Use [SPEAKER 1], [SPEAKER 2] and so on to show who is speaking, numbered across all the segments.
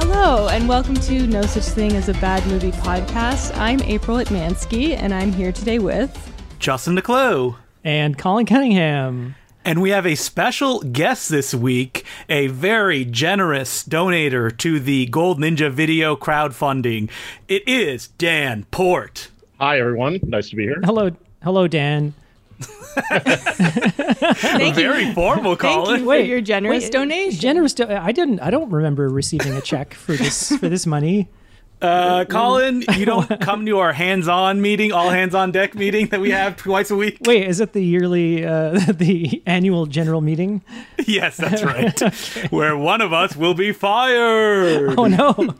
[SPEAKER 1] and welcome to No Such Thing as a Bad Movie podcast. I'm April Atmansky, and I'm here today with.
[SPEAKER 2] Justin DeClue.
[SPEAKER 3] and Colin Cunningham.
[SPEAKER 2] And we have a special guest this week, a very generous donator to the Gold Ninja video crowdfunding. It is Dan Port.
[SPEAKER 4] Hi, everyone. Nice to be here.
[SPEAKER 3] Hello, hello, Dan.
[SPEAKER 1] Thank you,
[SPEAKER 2] Very formal,
[SPEAKER 1] thank you
[SPEAKER 2] Colin.
[SPEAKER 1] for
[SPEAKER 3] Wait,
[SPEAKER 1] your generous
[SPEAKER 3] wait,
[SPEAKER 1] donation.
[SPEAKER 3] Generous. Do- I didn't. I don't remember receiving a check for this for this money.
[SPEAKER 2] Uh, Colin, you don't come to our hands-on meeting, all hands on deck meeting that we have twice a week.
[SPEAKER 3] Wait, is it the yearly, uh, the annual general meeting?
[SPEAKER 2] Yes, that's right. Where one of us will be fired.
[SPEAKER 3] Oh no!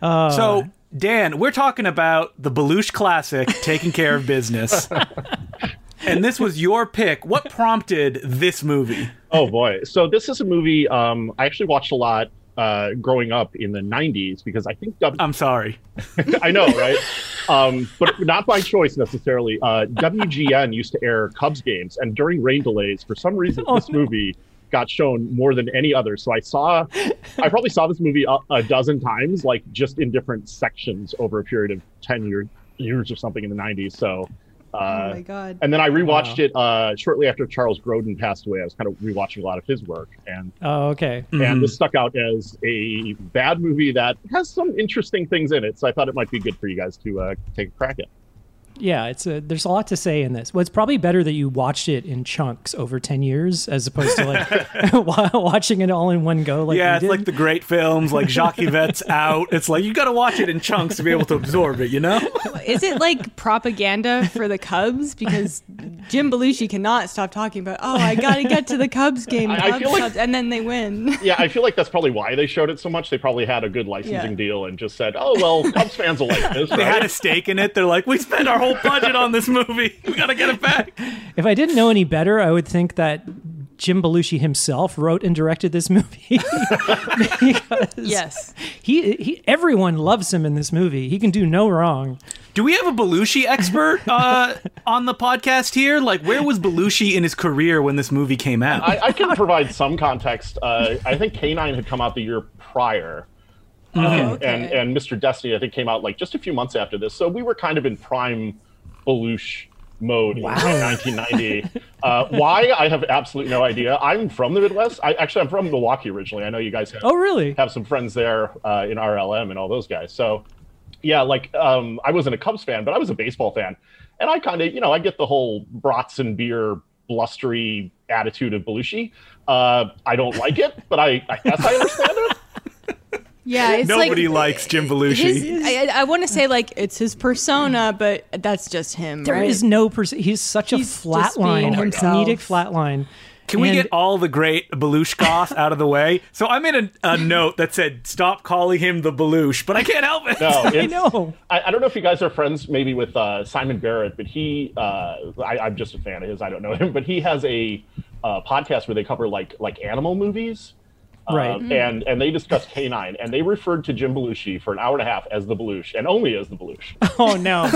[SPEAKER 2] So, Dan, we're talking about the Belush classic, Taking Care of Business. and this was your pick. What prompted this movie?
[SPEAKER 4] Oh, boy. So, this is a movie um, I actually watched a lot uh, growing up in the 90s because I think w-
[SPEAKER 2] I'm sorry.
[SPEAKER 4] I know, right? Um, but not by choice necessarily. Uh, WGN used to air Cubs games, and during rain delays, for some reason, this movie got shown more than any other. So I saw, I probably saw this movie a, a dozen times, like just in different sections over a period of 10 year, years or something in the 90s. So. Uh,
[SPEAKER 1] oh my god.
[SPEAKER 4] And then I rewatched it uh, shortly after Charles Grodin passed away. I was kind of rewatching a lot of his work, and
[SPEAKER 3] Oh, okay.
[SPEAKER 2] Mm-hmm.
[SPEAKER 4] and this stuck out as a bad movie that has some interesting things in it. So I thought it might be good for you guys to uh, take a crack at.
[SPEAKER 3] Yeah, it's a, there's a lot to say in this. Well, it's probably better that you watched it in chunks over ten years as opposed to like wa- watching it all in one go. Like
[SPEAKER 2] yeah,
[SPEAKER 3] we
[SPEAKER 2] it's
[SPEAKER 3] did.
[SPEAKER 2] like the great films, like Jacques Yvette's Out. It's like you got to watch it in chunks to be able to absorb it, you know?
[SPEAKER 1] Is it like propaganda for the Cubs? Because Jim Belushi cannot stop talking about, oh, I gotta get to the Cubs game,
[SPEAKER 4] I- I
[SPEAKER 1] Cubs,
[SPEAKER 4] feel like-
[SPEAKER 1] Cubs," and then they win.
[SPEAKER 4] Yeah, I feel like that's probably why they showed it so much. They probably had a good licensing
[SPEAKER 1] Yeah.
[SPEAKER 4] deal and just said, "Oh well, Cubs fans will like this."
[SPEAKER 2] They had
[SPEAKER 4] right?"
[SPEAKER 2] a stake in it. They're like, we spent our whole budget on this movie. We got to get it back.
[SPEAKER 3] If I didn't know any better, I would think that Jim Belushi himself wrote and directed this movie. Because
[SPEAKER 1] Yes.
[SPEAKER 3] He, he everyone loves him in this movie. He can do no wrong.
[SPEAKER 2] Do we have a Belushi expert uh, on the podcast here? Like, where was Belushi in his career when this movie came out?
[SPEAKER 4] I, I can provide some context. Uh, I think K9 had come out the year prior. Um,
[SPEAKER 1] Okay.
[SPEAKER 4] And and Mr. Destiny, I think, came out like just a few months after this. So we were kind of in prime Belush mode in 1990. uh, why? I have absolutely no idea. I'm from the Midwest. I actually I'm from Milwaukee originally. I know you guys have
[SPEAKER 3] Oh, really?
[SPEAKER 4] have some friends there uh, in RLM and all those guys. So, yeah, like um, I wasn't a Cubs fan, but I was a baseball fan, and I kind of, you know, I get the whole brats and beer blustery attitude of Belushi. Uh, I don't like it, but I, I guess I understand it.
[SPEAKER 1] Yeah, it's
[SPEAKER 2] Nobody
[SPEAKER 1] like,
[SPEAKER 2] likes Jim Belushi.
[SPEAKER 1] His, I, I want to say like it's his persona, but that's just him.
[SPEAKER 3] There
[SPEAKER 1] right?
[SPEAKER 3] is no person. He's such a
[SPEAKER 1] He's just
[SPEAKER 3] flat
[SPEAKER 1] being
[SPEAKER 3] line, a
[SPEAKER 1] himself.
[SPEAKER 3] comedic flat line.
[SPEAKER 2] Can we
[SPEAKER 3] And-
[SPEAKER 2] get all the great Belush goth out of the way? So I made a, a note that said, "Stop calling him the Belush," but I can't help it.
[SPEAKER 4] No,
[SPEAKER 3] I
[SPEAKER 4] it's-
[SPEAKER 3] know.
[SPEAKER 4] I, I don't know if you guys are friends maybe with uh, Simon Barrett, but he uh, I, I'm just a fan of his. I don't know him, but he has a uh, podcast where they cover like like animal movies. Uh,
[SPEAKER 3] Right.
[SPEAKER 4] and and they discussed canine, and they referred to Jim Belushi for an hour and a half as the Belushi, and only as the Belushi.
[SPEAKER 3] Oh no.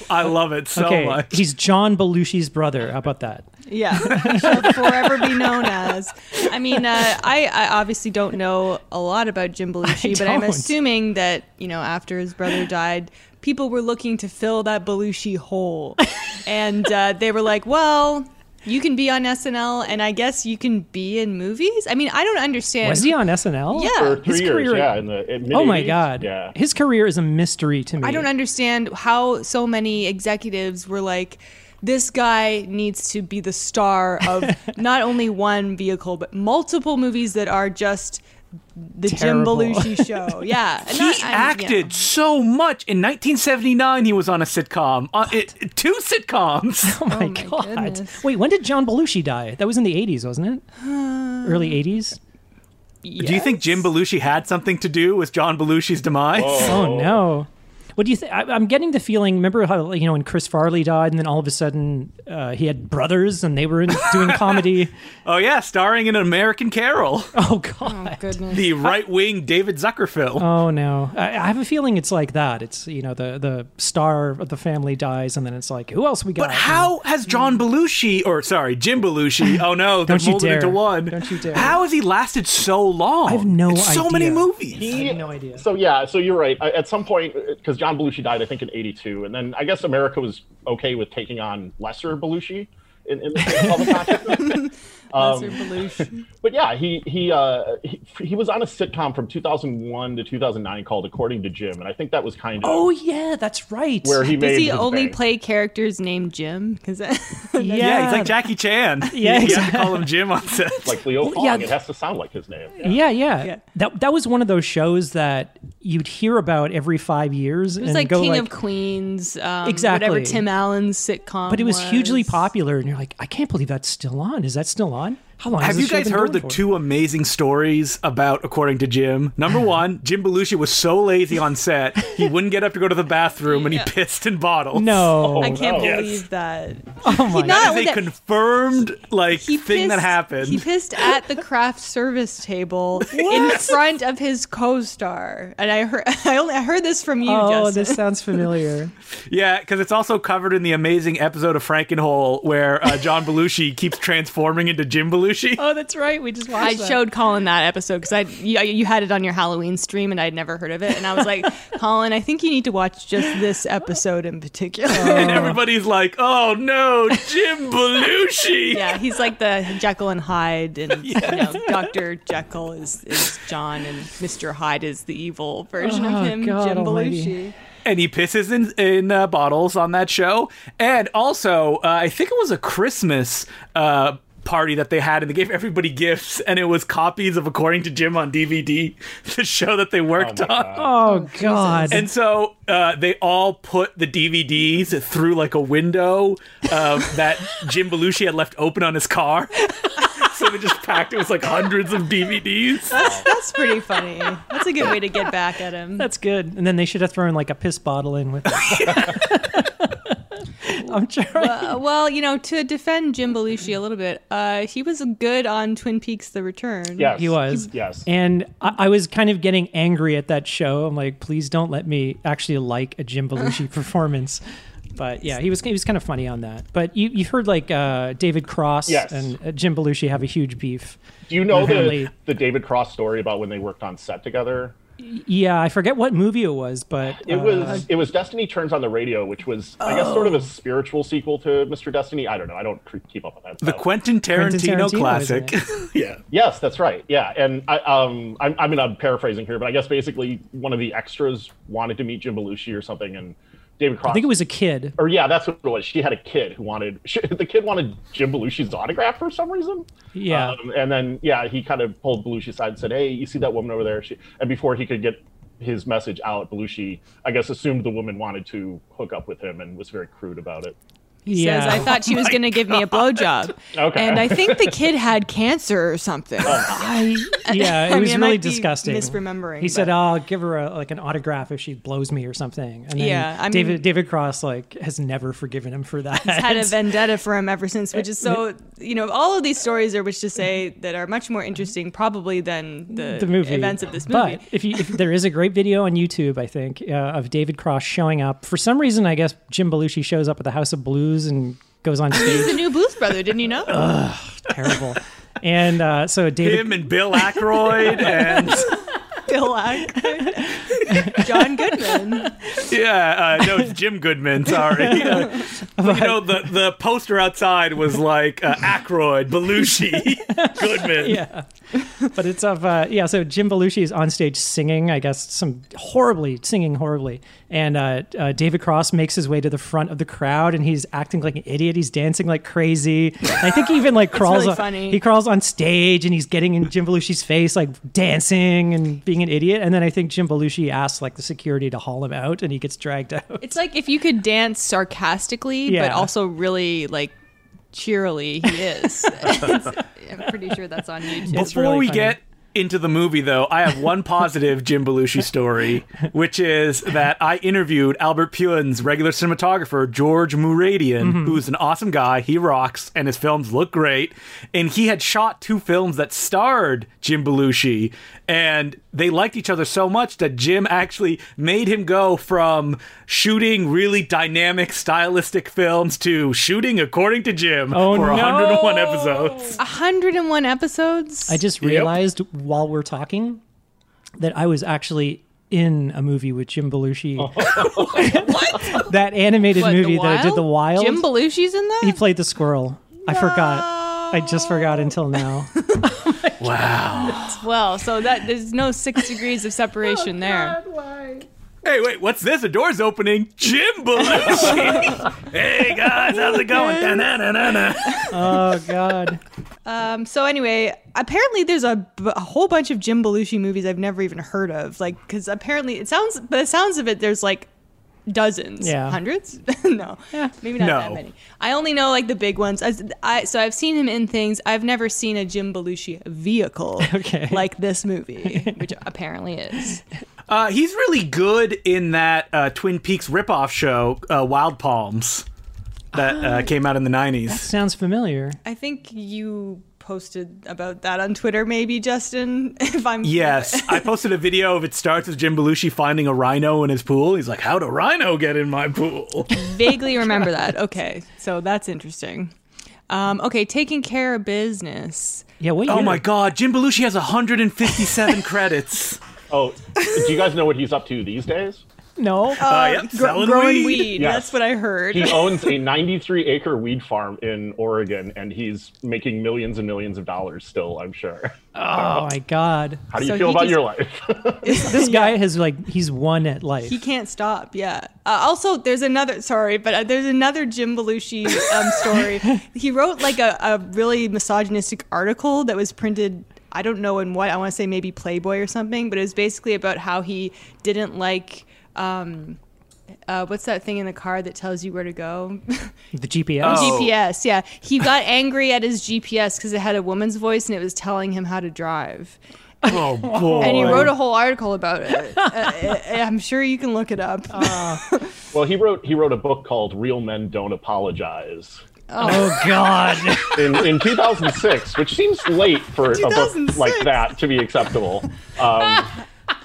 [SPEAKER 2] I love it so
[SPEAKER 3] okay,
[SPEAKER 2] much.
[SPEAKER 3] he's John Belushi's brother. How about that?
[SPEAKER 1] Yeah, shall forever be known as. I mean, uh, I, I obviously don't know a lot about Jim Belushi, but I'm
[SPEAKER 3] don't.
[SPEAKER 1] assuming that you know after his brother died, people were looking to fill that Belushi hole, and uh, they were like, "Well, you can be on SNL, and I guess you can be in movies." I mean, I don't understand.
[SPEAKER 3] Was he on SNL?
[SPEAKER 1] Yeah.
[SPEAKER 4] For three
[SPEAKER 3] His
[SPEAKER 4] years,
[SPEAKER 3] career-
[SPEAKER 4] yeah. In the in
[SPEAKER 3] Oh my
[SPEAKER 4] mid-eighties.
[SPEAKER 3] god.
[SPEAKER 4] Yeah.
[SPEAKER 3] His career is a mystery to me.
[SPEAKER 1] I don't understand how so many executives were like, this guy needs to be the star of not only one vehicle, but multiple movies that are just the
[SPEAKER 3] Terrible.
[SPEAKER 1] Jim Belushi show. Yeah. And
[SPEAKER 2] He
[SPEAKER 1] not- I'm-
[SPEAKER 2] acted
[SPEAKER 1] yeah.
[SPEAKER 2] so much. In 1979, he was on a sitcom, on, it, two sitcoms.
[SPEAKER 3] Oh my,
[SPEAKER 1] my
[SPEAKER 3] god.
[SPEAKER 1] goodness.
[SPEAKER 3] Wait, when did John Belushi die? That was in the 80s, wasn't it?
[SPEAKER 1] Uh,
[SPEAKER 3] Early 80s?
[SPEAKER 2] Do you think Jim Belushi had something to do with John Belushi's demise?
[SPEAKER 3] Oh no. What do you think? I'm getting the feeling. Remember how like, you know when Chris Farley died, and then all of a sudden uh, he had brothers, and they were in, doing comedy.
[SPEAKER 2] Oh yeah, starring in an American Carol,
[SPEAKER 3] Oh god.
[SPEAKER 1] Oh, goodness.
[SPEAKER 2] the right wing David Zucker film.
[SPEAKER 3] Oh no! I, I have a feeling it's like that. It's you know the the star of the family dies, and then it's like who else we got?
[SPEAKER 2] but how has John Belushi, or sorry, Jim Belushi? Oh no, they're
[SPEAKER 3] Hmm. Don't you
[SPEAKER 2] molded
[SPEAKER 3] dare.
[SPEAKER 2] into one.
[SPEAKER 3] Don't you dare.
[SPEAKER 2] How has he lasted so long? I
[SPEAKER 3] have no
[SPEAKER 2] So many
[SPEAKER 3] idea.
[SPEAKER 2] movies.
[SPEAKER 3] I have no idea.
[SPEAKER 4] So yeah, so you're right. I- At some point, because John Belushi died, I think in '82, and then I guess America was okay with taking on lesser Belushi in, in the public consciousness.
[SPEAKER 3] Um,
[SPEAKER 1] Lesser Belushi.
[SPEAKER 4] But yeah, he he, uh, he he was on a sitcom from 2001 to 2009 called According to Jim, and I think that was kind of
[SPEAKER 3] Oh yeah, that's right.
[SPEAKER 4] where he made
[SPEAKER 1] Does he
[SPEAKER 4] his
[SPEAKER 1] only
[SPEAKER 4] bang.
[SPEAKER 1] play characters named Jim? Because
[SPEAKER 3] yeah,
[SPEAKER 2] Yeah, he's like Jackie Chan.
[SPEAKER 3] Yeah,
[SPEAKER 2] you, you have to
[SPEAKER 3] exactly.
[SPEAKER 2] call him Jim on set.
[SPEAKER 4] like Leo
[SPEAKER 3] Well,
[SPEAKER 4] Fong.
[SPEAKER 3] Oh, yeah,
[SPEAKER 4] it has to sound like his name.
[SPEAKER 3] Yeah, yeah,
[SPEAKER 1] Yeah.
[SPEAKER 3] That that was one of those shows that you'd hear about every five years.
[SPEAKER 1] it was
[SPEAKER 3] and
[SPEAKER 1] like
[SPEAKER 3] go
[SPEAKER 1] King
[SPEAKER 3] like,
[SPEAKER 1] of Queens, um,
[SPEAKER 3] Exactly.
[SPEAKER 1] whatever Tim Allen's sitcom.
[SPEAKER 3] But it was, hugely popular, and you're like, I can't believe that's still on. Is that still on? How long has
[SPEAKER 2] Have you
[SPEAKER 3] this show
[SPEAKER 2] guys
[SPEAKER 3] been
[SPEAKER 2] heard
[SPEAKER 3] going
[SPEAKER 2] the
[SPEAKER 3] for?
[SPEAKER 2] two amazing stories about According to Jim? Number one, Jim Belushi was so lazy on set, he wouldn't get up to go to the bathroom and he pissed in bottles.
[SPEAKER 3] No,
[SPEAKER 1] I can't
[SPEAKER 4] Oh, no.
[SPEAKER 1] believe that.
[SPEAKER 3] oh my
[SPEAKER 1] He not
[SPEAKER 3] God.
[SPEAKER 2] That is a
[SPEAKER 1] only-
[SPEAKER 2] confirmed like
[SPEAKER 1] he
[SPEAKER 2] thing that
[SPEAKER 1] pissed-
[SPEAKER 2] happened.
[SPEAKER 1] He pissed at the craft service table in front of his co-star, and I heard. I only I heard this from you,
[SPEAKER 3] Oh,
[SPEAKER 1] Justin.
[SPEAKER 3] this sounds familiar.
[SPEAKER 2] yeah, because it's also covered in the amazing episode of Frankenhole where uh, John Belushi keeps transforming into Jim Belushi.
[SPEAKER 3] oh, that's right. We just watched.
[SPEAKER 1] I
[SPEAKER 3] that.
[SPEAKER 1] showed Colin that episode because I you, you had it on your Halloween stream and I'd never heard of it, and I was like, Colin, I think you need to watch just this episode in particular.
[SPEAKER 3] Oh.
[SPEAKER 2] and everybody's like, "Oh no, Jim Belushi!"
[SPEAKER 1] yeah, he's like the Jekyll and Hyde, and you know, Doctor Jekyll is, is John, and Mister Hyde is the evil version
[SPEAKER 3] Oh,
[SPEAKER 1] of him,
[SPEAKER 3] God
[SPEAKER 1] Jim
[SPEAKER 3] almighty.
[SPEAKER 1] Belushi.
[SPEAKER 2] and he pisses in in uh, bottles on that show. And also, uh, I think it was a Christmas uh, party that they had, and they gave everybody gifts, and it was copies of According to Jim on DVD, the show that they worked on.
[SPEAKER 4] my God.
[SPEAKER 3] Oh God.
[SPEAKER 2] And so uh, they all put the DVDs through like a window um, that Jim Belushi had left open on his car. so they just packed it with like hundreds of DVDs.
[SPEAKER 1] That's pretty funny. That's a good way to get back at him.
[SPEAKER 3] That's good. And then they should have thrown like a piss bottle in with it. I'm trying.
[SPEAKER 1] Uh, well, you know, to defend Jim Belushi a little bit, uh, he was good on Twin Peaks: The Return.
[SPEAKER 4] Yes,
[SPEAKER 3] he was.
[SPEAKER 4] Yes.
[SPEAKER 3] And I, I was kind of getting angry at that show. I'm like, please don't let me actually like a Jim Belushi performance. But yeah, he was he was kind of funny on that. But you you've heard like uh, David Cross
[SPEAKER 4] Yes.
[SPEAKER 3] and uh, Jim Belushi have a huge beef.
[SPEAKER 4] Do you know
[SPEAKER 3] Apparently-
[SPEAKER 4] the, the David Cross story about when they worked on set together?
[SPEAKER 3] Yeah, I forget what movie it was, but
[SPEAKER 4] It
[SPEAKER 3] uh,
[SPEAKER 4] was it was Destiny Turns on the Radio, which was I guess sort of
[SPEAKER 3] Oh.
[SPEAKER 4] a spiritual sequel to Mr. Destiny. I don't know. I don't cre- keep up on that.
[SPEAKER 2] The
[SPEAKER 4] stuff.
[SPEAKER 2] Quentin Tarantino,
[SPEAKER 3] Tarantino was in
[SPEAKER 2] classic.
[SPEAKER 3] it.
[SPEAKER 2] yeah.
[SPEAKER 4] yes, that's right. Yeah, and I um I'm, I mean I'm paraphrasing here, but I guess basically one of the extras wanted to meet Jim Belushi or something, and David Cross.
[SPEAKER 3] I think it was a kid.
[SPEAKER 4] Or yeah, that's what it was. She had a kid who wanted she, the kid wanted Jim Belushi's autograph for some reason.
[SPEAKER 3] Yeah.
[SPEAKER 4] Um, and then yeah, he kind of pulled Belushi aside and said, "Hey, you see that woman over there?" She, and before he could get his message out, Belushi, I guess, assumed the woman wanted to hook up with him and was very crude about it.
[SPEAKER 1] He
[SPEAKER 3] yeah.
[SPEAKER 1] says, I thought she was going to give me a blowjob.
[SPEAKER 4] Okay.
[SPEAKER 1] And I think the kid had cancer or something.
[SPEAKER 3] I, yeah, it
[SPEAKER 1] I
[SPEAKER 3] was
[SPEAKER 1] mean, I
[SPEAKER 3] really
[SPEAKER 1] might be
[SPEAKER 3] disgusting.
[SPEAKER 1] misremembering,
[SPEAKER 3] He said,
[SPEAKER 1] but-
[SPEAKER 3] "I'll give her a, like an autograph if she blows me or something." And then
[SPEAKER 1] Yeah, I mean-
[SPEAKER 3] David David Cross like has never forgiven him for that.
[SPEAKER 1] Had a vendetta for him ever since, which is so, you know, all of these stories are, which to say, that are much more interesting probably than the,
[SPEAKER 3] the movie
[SPEAKER 1] events of this movie.
[SPEAKER 3] But if, you, if there is a great video on YouTube, I think uh, of David Cross showing up for some reason. I guess Jim Belushi shows up at the House of Blues and goes on
[SPEAKER 1] He's
[SPEAKER 3] stage.
[SPEAKER 1] the new Blues brother, didn't you know?
[SPEAKER 3] Terrible. And uh, so David
[SPEAKER 2] Him and Bill Aykroyd and
[SPEAKER 1] Bill Ackford, John Goodman.
[SPEAKER 2] yeah, uh, no, it's Jim Goodman. Sorry, Uh, but, you know the the poster outside was like uh, Aykroyd, Belushi, Goodman.
[SPEAKER 3] yeah. But it's of uh, yeah. So Jim Belushi is on stage singing, I guess, some horribly singing horribly, and uh, uh, David Cross makes his way to the front of the crowd, and he's acting like an idiot. He's dancing like crazy. And I think he even like crawls.
[SPEAKER 1] really
[SPEAKER 3] on,
[SPEAKER 1] funny.
[SPEAKER 3] He crawls on stage, and he's getting in Jim Belushi's face, like dancing and being an idiot. And then I think Jim Belushi asks like the security to haul him out, and he gets dragged out.
[SPEAKER 1] It's like if you could dance sarcastically, but
[SPEAKER 3] Yeah.
[SPEAKER 1] also really, like, cheerily, he is. It's- I'm pretty sure that's on YouTube.
[SPEAKER 2] Before
[SPEAKER 3] really
[SPEAKER 2] we
[SPEAKER 3] funny.
[SPEAKER 2] get into the movie, though, I have one positive Jim Belushi story, which is that I interviewed Albert Puen's regular cinematographer, George Mouradian,
[SPEAKER 3] Mm-hmm.
[SPEAKER 2] who's an awesome guy. He rocks, and his films look great. And he had shot two films that starred Jim Belushi, and they liked each other so much that Jim actually made him go from shooting really dynamic, stylistic films to shooting according to Jim
[SPEAKER 3] Oh,
[SPEAKER 2] for
[SPEAKER 3] no.
[SPEAKER 2] 101 episodes.
[SPEAKER 1] 101 episodes?
[SPEAKER 3] I just realized while we're talking that I was actually in a movie with Jim Belushi.
[SPEAKER 2] Oh.
[SPEAKER 3] that animated
[SPEAKER 1] What,
[SPEAKER 3] movie that I did, The Wild.
[SPEAKER 1] Jim Belushi's in that?
[SPEAKER 3] he played the squirrel. I forgot. I just forgot until now.
[SPEAKER 2] Wow.
[SPEAKER 1] well, so that there's no six degrees of separation there.
[SPEAKER 2] Hey, wait, what's this? The door's opening. Jim Belushi. hey, guys, how's it going? Da-na-na-na-na.
[SPEAKER 3] oh God.
[SPEAKER 1] Um, so anyway, apparently there's a, b- a whole bunch of Jim Belushi movies I've never even heard of. Like, because apparently it sounds, by the sounds of it, there's like dozens,
[SPEAKER 3] Yeah.
[SPEAKER 1] hundreds. no, maybe not that
[SPEAKER 2] No.
[SPEAKER 1] many. I only know like the big ones. I, I- so I've seen him in things. I've never seen a Jim Belushi vehicle
[SPEAKER 3] Okay.
[SPEAKER 1] like this movie, which apparently is.
[SPEAKER 2] Uh, he's really good in that uh, Twin Peaks ripoff show, uh, Wild Palms, that
[SPEAKER 1] Ah.
[SPEAKER 2] uh, came out in the 90s.
[SPEAKER 3] Sounds familiar.
[SPEAKER 1] I think you posted about that on Twitter, maybe Justin. If I'm
[SPEAKER 2] Yes, I posted a video of it starts with Jim Belushi finding a rhino in his pool. He's like, How'd a rhino get in my pool?
[SPEAKER 1] vaguely remember that. Okay, so that's interesting. Um, okay, taking care of business.
[SPEAKER 3] Yeah. What?
[SPEAKER 2] Oh
[SPEAKER 3] year?
[SPEAKER 2] my god, Jim Belushi has 157 credits.
[SPEAKER 4] Oh, do you guys know what he's up to these days?
[SPEAKER 3] No.
[SPEAKER 2] Uh, yep, selling
[SPEAKER 1] growing weed.
[SPEAKER 2] weed.
[SPEAKER 4] Yes.
[SPEAKER 1] That's what I heard.
[SPEAKER 4] He owns a 93 acre weed farm in Oregon, and he's making millions and millions of dollars still, I'm sure.
[SPEAKER 3] oh my God.
[SPEAKER 4] How do you
[SPEAKER 1] So
[SPEAKER 4] feel
[SPEAKER 1] he
[SPEAKER 4] about
[SPEAKER 1] just-
[SPEAKER 4] your life?
[SPEAKER 3] This guy has like he's won at life.
[SPEAKER 1] He can't stop. Yeah. Uh, also, there's another. Sorry, but uh, there's another Jim Belushi um, story. he wrote like a, a really misogynistic article that was printed. I don't know in what. I want to say maybe Playboy or something. But it was basically about how he didn't like. Um, uh, what's that thing in the car that tells you where to go?
[SPEAKER 3] the GPS.
[SPEAKER 2] Oh.
[SPEAKER 1] GPS. Yeah, he got angry at his GPS because it had a woman's voice and it was telling him how to drive.
[SPEAKER 2] Oh boy.
[SPEAKER 1] And he wrote a whole article about it. Uh, uh, I'm sure you can look it up.
[SPEAKER 4] Well, he wrote he wrote a book called "Real Men Don't Apologize"
[SPEAKER 3] oh God.
[SPEAKER 4] in, in 2006, which seems late for a book
[SPEAKER 1] 2006.
[SPEAKER 4] like that to be acceptable. Um,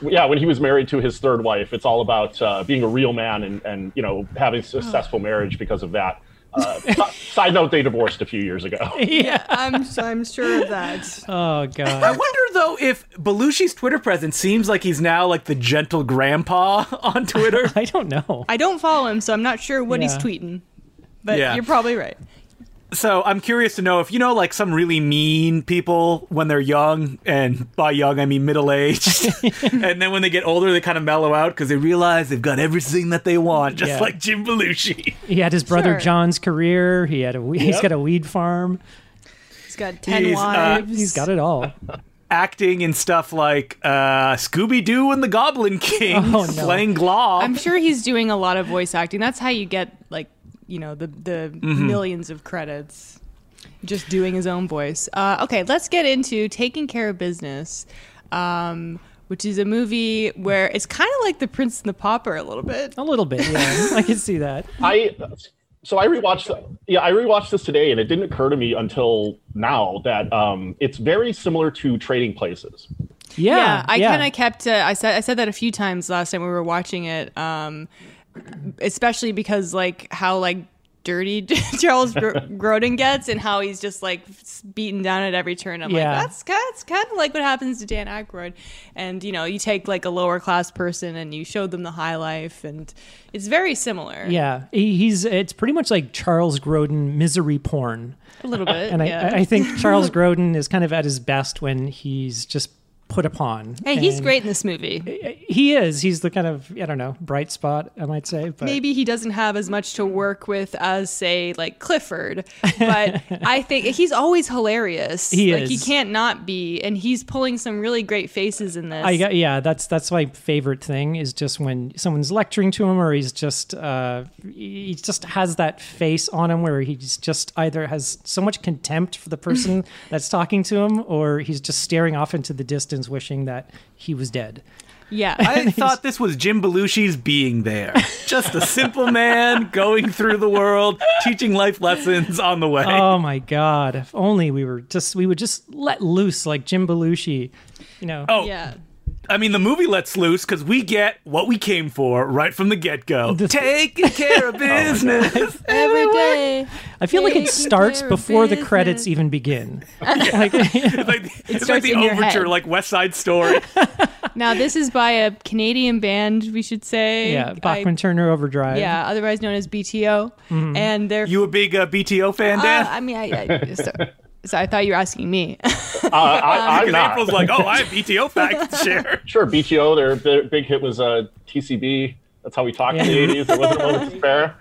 [SPEAKER 4] yeah, when he was married to his third wife, it's all about uh, being a real man and and you know having a successful marriage because of that. Uh, si- side note: They divorced a few years ago.
[SPEAKER 1] I'm I'm sure of that.
[SPEAKER 3] oh
[SPEAKER 2] I
[SPEAKER 3] God.
[SPEAKER 2] wonder though if Belushi's Twitter presence seems like he's now like the gentle grandpa on Twitter.
[SPEAKER 3] I don't know.
[SPEAKER 1] I don't follow him, so I'm not sure what he's
[SPEAKER 3] Yeah.
[SPEAKER 1] tweeting. But
[SPEAKER 2] Yeah.
[SPEAKER 1] you're probably right.
[SPEAKER 2] so I'm curious to know if you know like some really mean people when they're young, and by young I mean middle aged, and then when they get older they kind of mellow out because they realize they've got everything that they want, just
[SPEAKER 3] Yeah.
[SPEAKER 2] like Jim Belushi.
[SPEAKER 3] He had his brother
[SPEAKER 1] Sure.
[SPEAKER 3] John's career. He had a we- he's
[SPEAKER 4] Yep.
[SPEAKER 3] got a weed farm.
[SPEAKER 1] He's got ten
[SPEAKER 2] He's, uh,
[SPEAKER 1] wives.
[SPEAKER 3] He's got it all.
[SPEAKER 2] Acting in stuff like uh, Scooby Doo and the Goblin King,
[SPEAKER 3] Oh, no.
[SPEAKER 2] playing Glob.
[SPEAKER 1] I'm sure he's doing a lot of voice acting. That's how you get like you know the the millions of credits. Just doing his own voice. Uh, okay, let's get into taking care of business. Um, which is a movie where it's kind of like The Prince and the Pauper a little bit.
[SPEAKER 3] A little bit, yeah. I can see that.
[SPEAKER 4] I so I rewatched yeah I rewatched this today and it didn't occur to me until now that um, it's very similar to Trading Places.
[SPEAKER 3] Yeah,
[SPEAKER 1] yeah, I
[SPEAKER 3] yeah.
[SPEAKER 1] kind of kept. Uh, I said I said that a few times last time we were watching it, um, especially because like how like dirty Charles Gro- Grodin gets and how he's just like s- beaten down at every turn. I'm
[SPEAKER 3] Yeah.
[SPEAKER 1] like that's that's kind of like what happens to Dan Aykroyd, and you know you take like a lower class person and you show them the high life, and it's very similar.
[SPEAKER 3] Yeah, he, he's it's pretty much like Charles Grodin misery porn,
[SPEAKER 1] a little bit.
[SPEAKER 3] and I,
[SPEAKER 1] yeah.
[SPEAKER 3] I I think Charles Grodin is kind of at his best when he's just put upon.
[SPEAKER 1] Hey, he's
[SPEAKER 3] And
[SPEAKER 1] great in this movie.
[SPEAKER 3] He is. He's the kind of I don't know bright spot I might say. But
[SPEAKER 1] Maybe he doesn't have as much to work with as, say, like Clifford, but I think he's always hilarious.
[SPEAKER 3] He
[SPEAKER 1] like, He
[SPEAKER 3] is.
[SPEAKER 1] can't not be, and he's pulling some really great faces in this.
[SPEAKER 3] I got yeah. That's that's my favorite thing is just when someone's lecturing to him or he's just uh, he just has that face on him where he's just either has so much contempt for the person that's talking to him or he's just staring off into the distance wishing that he was dead.
[SPEAKER 1] yeah,
[SPEAKER 2] I thought this was Jim Belushi's being there. Just a simple man going through the world, teaching life lessons on the way.
[SPEAKER 3] Oh my god! If only we were just we would just let loose like Jim Belushi, you know.
[SPEAKER 2] oh,
[SPEAKER 1] yeah.
[SPEAKER 2] I mean, the movie lets loose because we get what we came for right from the get go. Taking care
[SPEAKER 1] Oh,
[SPEAKER 2] of business.
[SPEAKER 1] Every day.
[SPEAKER 3] I feel like it
[SPEAKER 1] Taking
[SPEAKER 3] starts
[SPEAKER 1] care of
[SPEAKER 3] before the
[SPEAKER 1] business.
[SPEAKER 3] credits even begin.
[SPEAKER 2] It's like,
[SPEAKER 3] like,
[SPEAKER 2] it's like
[SPEAKER 1] starts
[SPEAKER 2] the
[SPEAKER 1] in your
[SPEAKER 2] overture,
[SPEAKER 1] head.
[SPEAKER 2] like West Side Story.
[SPEAKER 1] Now, this is by a Canadian band, we should say.
[SPEAKER 3] yeah,
[SPEAKER 1] I-
[SPEAKER 3] Bachman Turner Overdrive.
[SPEAKER 1] yeah, otherwise known as BTO. And they're.
[SPEAKER 2] Mm-hmm. You a big uh, BTO fan,
[SPEAKER 1] Uh,
[SPEAKER 2] Dan?
[SPEAKER 1] I mean, I, I, so, so I thought you were asking me.
[SPEAKER 4] Uh, I, I'm
[SPEAKER 2] 'Cause
[SPEAKER 4] not.
[SPEAKER 2] April's like, oh, I have BTO facts to share.
[SPEAKER 4] Sure, BTO, their, their big hit was uh, TCB. That's how we talked in the 80s. There wasn't a moment to spare.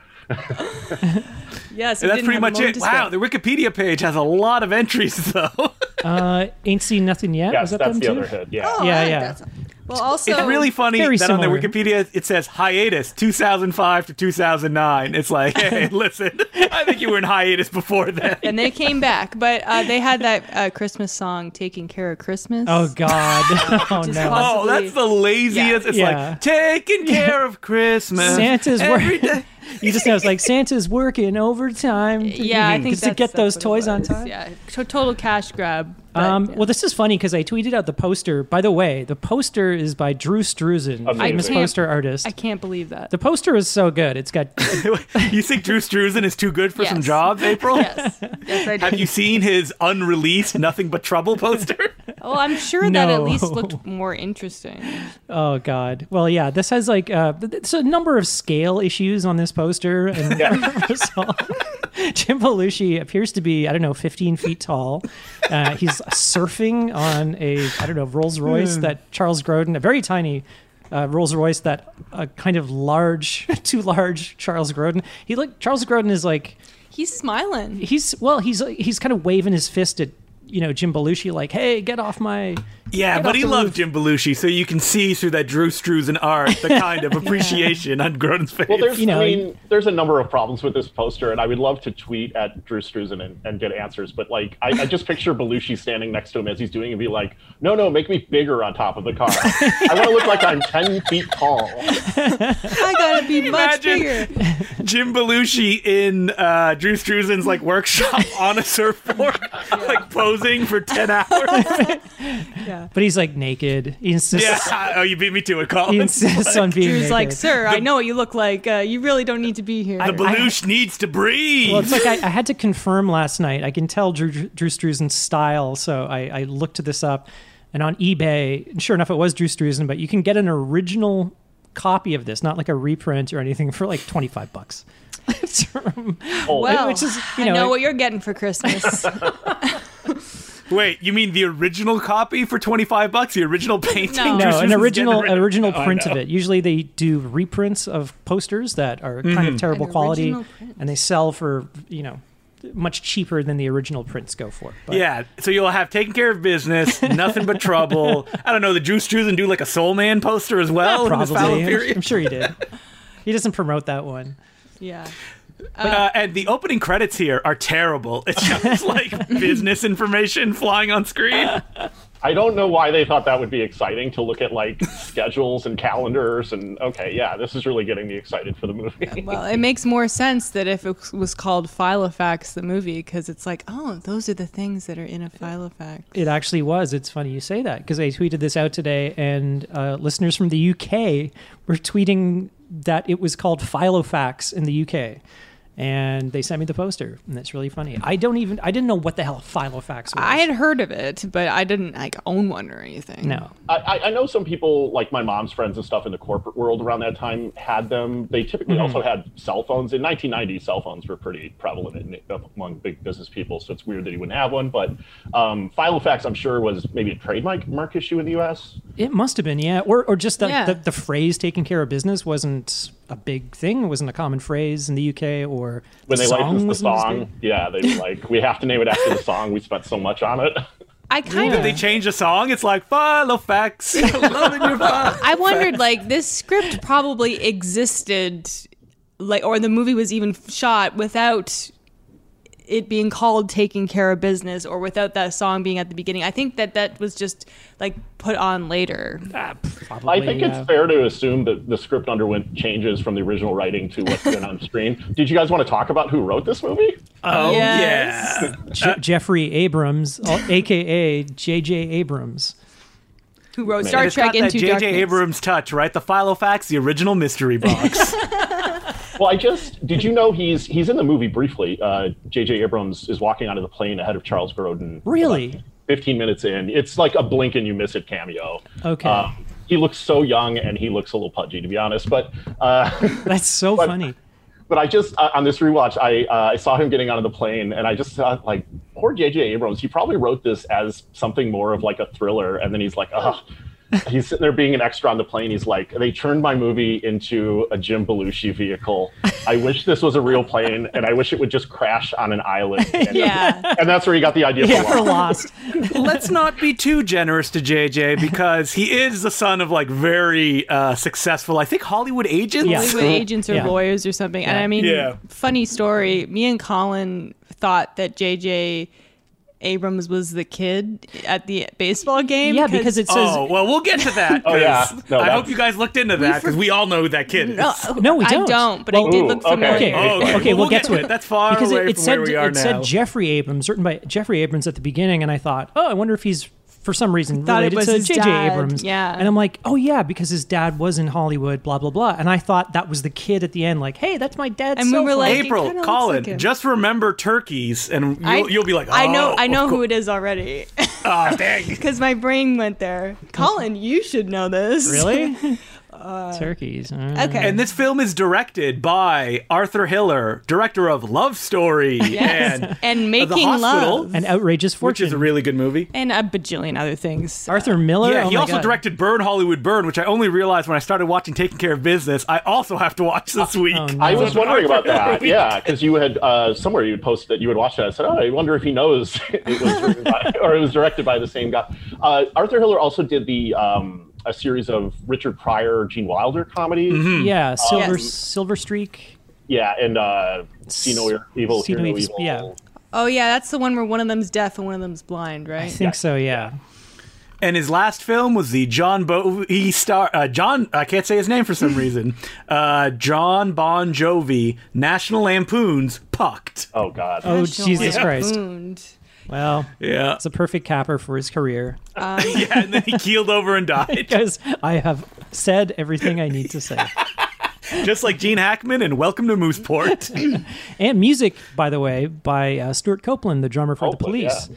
[SPEAKER 1] yes,
[SPEAKER 2] And that's pretty much it. Wow, the Wikipedia page has a lot of entries, though.
[SPEAKER 3] Uh, ain't seen nothing yet.
[SPEAKER 4] Yes,
[SPEAKER 3] was that
[SPEAKER 4] that's
[SPEAKER 3] them
[SPEAKER 4] the
[SPEAKER 3] too? Oh,
[SPEAKER 4] other hit.
[SPEAKER 1] Oh,
[SPEAKER 4] Yeah.
[SPEAKER 3] Yeah, yeah.
[SPEAKER 1] Well, also,
[SPEAKER 2] it's really funny
[SPEAKER 3] Very
[SPEAKER 2] that on
[SPEAKER 3] similar.
[SPEAKER 2] the Wikipedia it says hiatus 2005 to 2009. It's like, hey, listen, I think you were in hiatus before then.
[SPEAKER 1] and they came back, but uh, they had that uh, Christmas song, "Taking Care of Christmas."
[SPEAKER 3] Oh God! oh
[SPEAKER 1] Just
[SPEAKER 3] no!
[SPEAKER 1] pause.
[SPEAKER 2] Oh, that's the laziest. It's
[SPEAKER 3] Yeah.
[SPEAKER 2] like taking care of Christmas.
[SPEAKER 3] Santa's
[SPEAKER 2] every
[SPEAKER 3] work.
[SPEAKER 2] day.
[SPEAKER 3] you just know it's like Santa's working overtime.
[SPEAKER 1] yeah, I think
[SPEAKER 3] Just to
[SPEAKER 1] that's-
[SPEAKER 3] mm-hmm. get those
[SPEAKER 1] that's what it
[SPEAKER 3] toys on
[SPEAKER 1] was.
[SPEAKER 3] time.
[SPEAKER 1] Yeah, to- total cash grab. but,
[SPEAKER 3] Um,
[SPEAKER 1] yeah.
[SPEAKER 3] Well, this is funny because I tweeted out the poster. By the way, the poster is by Drew Struzan,
[SPEAKER 4] Amazing.
[SPEAKER 3] famous
[SPEAKER 1] I can't-
[SPEAKER 3] poster artist.
[SPEAKER 1] I can't believe that.
[SPEAKER 3] the poster is so good. It's got
[SPEAKER 2] You think Drew Struzan is too good for some
[SPEAKER 1] Yes.
[SPEAKER 2] jobs, April?
[SPEAKER 1] yes, yes, I
[SPEAKER 2] Have
[SPEAKER 1] do.
[SPEAKER 2] you seen his unreleased Nothing But Trouble poster?
[SPEAKER 1] Well, I'm sure that at
[SPEAKER 3] No.
[SPEAKER 1] least looked more interesting.
[SPEAKER 3] Oh God. Well, yeah. This has like uh, th- th- it's a number of scale issues on this poster. And first of all, Jim Belushi appears to be I don't know 15 feet tall. Uh, he's surfing on a I don't know Rolls Royce that Charles Grodin, a very tiny. Uh, Rolls Royce, that uh, kind of large, too large Charles Grodin. He like Charles Grodin is like
[SPEAKER 1] He's smiling.
[SPEAKER 3] he's well, he's he's kind of waving his fist at you know Jim Belushi, like, hey, get off my
[SPEAKER 2] Yeah,
[SPEAKER 3] Get
[SPEAKER 2] but
[SPEAKER 3] off
[SPEAKER 2] he
[SPEAKER 3] the
[SPEAKER 2] loved
[SPEAKER 3] roof.
[SPEAKER 2] Jim Belushi, so you can see through that Drew Struzan art the kind of appreciation on Groden's face.
[SPEAKER 4] Well, there's,
[SPEAKER 3] You know,
[SPEAKER 4] I mean, there's a number of problems with this poster, and I would love to tweet at Drew Struzan and, and get answers. But like, I, I just picture Belushi standing next to him as he's doing, it and be like, "No, no, make me bigger on top of the car. I want to look like I'm ten feet tall."
[SPEAKER 1] I gotta be much
[SPEAKER 2] Imagine.
[SPEAKER 1] bigger.
[SPEAKER 2] Jim Belushi in uh, Drew Struzan's like workshop on a surfboard, like posing for ten hours.
[SPEAKER 1] Yeah.
[SPEAKER 3] but he's like naked. He insists
[SPEAKER 2] yeah. Oh, you beat me to it, Colin.
[SPEAKER 3] he insists on being
[SPEAKER 1] Drew's
[SPEAKER 3] naked.
[SPEAKER 1] like, sir, I know what you look like. Uh, you really don't need to be here.
[SPEAKER 2] the Belushi needs to breathe.
[SPEAKER 3] well, it's like I, I had to confirm last night. I can tell Drew, Drew Struzan's style, so I, I looked this up, and on eBay, and sure enough, it was Drew Struzan. But you can get an original copy of this, not like a reprint or anything, for like twenty five bucks. It's from-
[SPEAKER 1] well,
[SPEAKER 3] which is,
[SPEAKER 1] I
[SPEAKER 3] you know,
[SPEAKER 1] know
[SPEAKER 3] it-
[SPEAKER 1] what you're getting for Christmas.
[SPEAKER 2] Wait, you mean the original copy for twenty five bucks? The original painting?
[SPEAKER 1] No.
[SPEAKER 2] Drew
[SPEAKER 3] no,
[SPEAKER 2] Struzan's
[SPEAKER 3] an original
[SPEAKER 2] getting
[SPEAKER 3] an
[SPEAKER 2] rid-
[SPEAKER 3] original
[SPEAKER 2] Oh, I
[SPEAKER 3] print of
[SPEAKER 2] know.
[SPEAKER 3] it. Usually they do reprints of posters that are kind
[SPEAKER 2] Mm-hmm.
[SPEAKER 3] of terrible
[SPEAKER 1] An
[SPEAKER 3] quality,
[SPEAKER 1] original print.
[SPEAKER 3] and they sell for you know much cheaper than the original prints go for. But-
[SPEAKER 2] Yeah, so you'll have taken care of business, nothing but trouble. I don't know. The Drew Struzan do like a Soul Man poster as well. in this
[SPEAKER 3] probably.
[SPEAKER 2] fallow
[SPEAKER 3] I'm-
[SPEAKER 2] period?
[SPEAKER 3] I'm sure he did. He doesn't promote that one.
[SPEAKER 1] yeah.
[SPEAKER 2] Uh, and the opening credits here are terrible. It's just like business information flying on screen.
[SPEAKER 4] I don't know why they thought that would be exciting to look at like schedules and calendars. And okay, yeah, this is really getting me excited for the movie.
[SPEAKER 1] Well, it makes more sense that if it was called Filofax the movie, because it's like, oh, those are the things that are in a Filofax.
[SPEAKER 3] It actually was. It's funny you say that because I tweeted this out today, and uh, listeners from the UK were tweeting that it was called Filofax in the UK. and they sent me the poster, and it's really funny. I don't even I didn't know what the hell Filofax was.
[SPEAKER 1] I had heard of it, but I didn't like own one or anything.
[SPEAKER 3] no.
[SPEAKER 4] I- I, I know some people, like my mom's friends and stuff in the corporate world around that time, had them. They
[SPEAKER 3] Mm-hmm.
[SPEAKER 4] typically also had cell phones. In 1990, cell phones were pretty prevalent in, among big business people, so it's weird that he wouldn't have one. But um, Filofax, I'm sure, was maybe a trademark mark issue in the U.S.
[SPEAKER 3] It must have been, yeah. Or or just that
[SPEAKER 1] Yeah.
[SPEAKER 3] the, the phrase taking care of business wasn't a big thing, wasn't a common phrase in the UK or the
[SPEAKER 4] When they
[SPEAKER 3] song
[SPEAKER 4] licensed
[SPEAKER 3] wasn't as
[SPEAKER 4] the
[SPEAKER 3] big.
[SPEAKER 4] song, yeah, they were like, we have to name it after the song. We spent so much on it.
[SPEAKER 1] I kind
[SPEAKER 3] Yeah.
[SPEAKER 1] of
[SPEAKER 2] They change the song. It's like Filofax,
[SPEAKER 4] Oh,
[SPEAKER 2] loving your file.
[SPEAKER 1] I wondered like this script probably existed like or the movie was even shot without it being called taking care of business or without that song being at the beginning. I think that that was just like put on later.
[SPEAKER 3] Ah, probably,
[SPEAKER 4] I think
[SPEAKER 3] yeah.
[SPEAKER 4] it's fair to assume that the script underwent changes from the original writing to what's been on screen. Did you guys want to talk about who wrote this movie?
[SPEAKER 2] Oh
[SPEAKER 1] Yes.
[SPEAKER 2] yeah.
[SPEAKER 3] Je- Jeffrey Abrams, al- aka J.J. Abrams.
[SPEAKER 1] Who wrote
[SPEAKER 2] And
[SPEAKER 1] Star
[SPEAKER 2] it's
[SPEAKER 1] Trek
[SPEAKER 2] got
[SPEAKER 1] into
[SPEAKER 2] that J.J.
[SPEAKER 1] Darkness?
[SPEAKER 2] Abrams touch, right? The Filofax, the original mystery box.
[SPEAKER 4] Well, I just did you know he's he's in the movie briefly. Uh, J.J. Abrams is walking onto the plane ahead of Charles Grodin.
[SPEAKER 3] Really?
[SPEAKER 4] Fifteen minutes in, it's like a blink and you miss it cameo.
[SPEAKER 3] Okay.
[SPEAKER 4] Um, he looks so young and he looks a little pudgy, to be honest. But uh,
[SPEAKER 3] That's so
[SPEAKER 4] But-
[SPEAKER 3] funny.
[SPEAKER 4] but I just uh, on this rewatch, I uh, I saw him getting onto the plane, and I just thought like poor J.J. Abrams. He probably wrote this as something more of like a thriller, and then he's like, ugh. He's sitting there being an extra on the plane. He's like, they turned my movie into a Jim Belushi vehicle. I wish this was a real plane, and I wish it would just crash on an island. And,
[SPEAKER 1] Yeah.
[SPEAKER 4] and that's where he got the idea
[SPEAKER 3] Yeah,
[SPEAKER 4] for
[SPEAKER 3] for
[SPEAKER 4] Lost.
[SPEAKER 3] Lost.
[SPEAKER 2] Let's not be too generous to J.J. because he is the son of like very uh, successful, I think Hollywood agents.
[SPEAKER 3] Yeah.
[SPEAKER 1] Hollywood agents or
[SPEAKER 3] Yeah.
[SPEAKER 1] lawyers or something. And I mean,
[SPEAKER 2] Yeah.
[SPEAKER 1] funny story. Me and Colin thought that JJ Abrams was the kid at the baseball game.
[SPEAKER 3] Yeah, because it says
[SPEAKER 2] Oh well, we'll get to that.
[SPEAKER 4] Oh, yeah.
[SPEAKER 2] 'cause
[SPEAKER 4] No,
[SPEAKER 2] I
[SPEAKER 4] that's-
[SPEAKER 2] hope you guys looked into that because we all know who that kid is.
[SPEAKER 3] No, we
[SPEAKER 1] I
[SPEAKER 3] don't.
[SPEAKER 1] don't, but
[SPEAKER 3] Well-
[SPEAKER 1] it did
[SPEAKER 4] Ooh,
[SPEAKER 1] look
[SPEAKER 4] okay.
[SPEAKER 1] familiar.
[SPEAKER 3] Okay,
[SPEAKER 2] Oh,
[SPEAKER 3] okay,
[SPEAKER 2] okay.
[SPEAKER 3] we'll, get, to it.
[SPEAKER 2] That's far
[SPEAKER 3] because
[SPEAKER 2] away
[SPEAKER 3] it, it
[SPEAKER 2] from
[SPEAKER 3] said,
[SPEAKER 2] where we are
[SPEAKER 3] It said
[SPEAKER 2] now.
[SPEAKER 3] Jeffrey Abrams, written by Jeffrey Abrams at the beginning, and I thought, oh, I wonder if he's for some reason
[SPEAKER 1] Thought it
[SPEAKER 3] related
[SPEAKER 1] was
[SPEAKER 3] to
[SPEAKER 1] his
[SPEAKER 3] J.J.
[SPEAKER 1] dad,
[SPEAKER 3] Abrams.
[SPEAKER 1] yeah.
[SPEAKER 3] and I'm like, oh yeah, because his dad was in Hollywood, blah blah blah. And I thought that was the kid at the end, like, hey, that's my dad.
[SPEAKER 1] And we were like- it
[SPEAKER 2] April,
[SPEAKER 1] kinda looks
[SPEAKER 2] Colin,
[SPEAKER 1] like him.
[SPEAKER 2] just remember turkeys, and you'll,
[SPEAKER 1] I-
[SPEAKER 2] you'll be like, oh,
[SPEAKER 1] I know, I know who it is already,
[SPEAKER 2] Oh, dang.
[SPEAKER 1] because my brain went there. Colin, you should know this.
[SPEAKER 3] really turkeys. uh,
[SPEAKER 1] Okay.
[SPEAKER 2] And this film is directed by Arthur Hiller, director of Love Story
[SPEAKER 1] Yes.
[SPEAKER 2] and
[SPEAKER 1] and making
[SPEAKER 2] uh, Hospital,
[SPEAKER 1] love
[SPEAKER 3] An outrageous
[SPEAKER 2] which
[SPEAKER 3] fortune.
[SPEAKER 2] is a really good movie.
[SPEAKER 1] and a bajillion other things.
[SPEAKER 3] Arthur Miller.
[SPEAKER 2] Yeah,
[SPEAKER 3] oh
[SPEAKER 2] he
[SPEAKER 3] my
[SPEAKER 2] also
[SPEAKER 3] God.
[SPEAKER 2] directed Burn Hollywood Burn, which I only realized when I started watching Taking Care of Business. I also have to watch this week.
[SPEAKER 3] no.
[SPEAKER 4] I was wondering about that. Yeah, because you had uh, somewhere you had posted that you would watch that. I said, oh, I wonder if he knows it was written by, or it was directed by the same guy. Uh, Arthur Hiller also did the um, a series of Richard Pryor, Gene Wilder comedies.
[SPEAKER 3] Yeah, Silver
[SPEAKER 1] Yes.
[SPEAKER 3] Silver Streak.
[SPEAKER 4] Yeah, and uh, See No Evil,
[SPEAKER 3] See
[SPEAKER 4] Hear
[SPEAKER 3] No
[SPEAKER 4] No,
[SPEAKER 3] Evil,
[SPEAKER 4] Evil.
[SPEAKER 3] yeah.
[SPEAKER 1] Oh yeah, that's the one where one of them's deaf and one of them's blind,
[SPEAKER 3] I
[SPEAKER 1] right?
[SPEAKER 3] think so. Yeah.
[SPEAKER 2] And his last film was the John Bovi star uh, John I can't say his name for some reason. Uh, John Bon Jovi, National Lampoons, Pucked.
[SPEAKER 4] Oh God.
[SPEAKER 3] Oh
[SPEAKER 1] National
[SPEAKER 3] Jesus
[SPEAKER 1] Lampoon.
[SPEAKER 3] Christ. Well,
[SPEAKER 2] Yeah.
[SPEAKER 3] it's a perfect capper for his career.
[SPEAKER 2] yeah, and then he keeled over and died.
[SPEAKER 3] because I have said everything I need to say.
[SPEAKER 2] Just like Gene Hackman and Welcome to Mooseport.
[SPEAKER 3] and music, by the way, by uh, Stuart Copeland, the drummer for
[SPEAKER 4] Copeland,
[SPEAKER 3] the Police.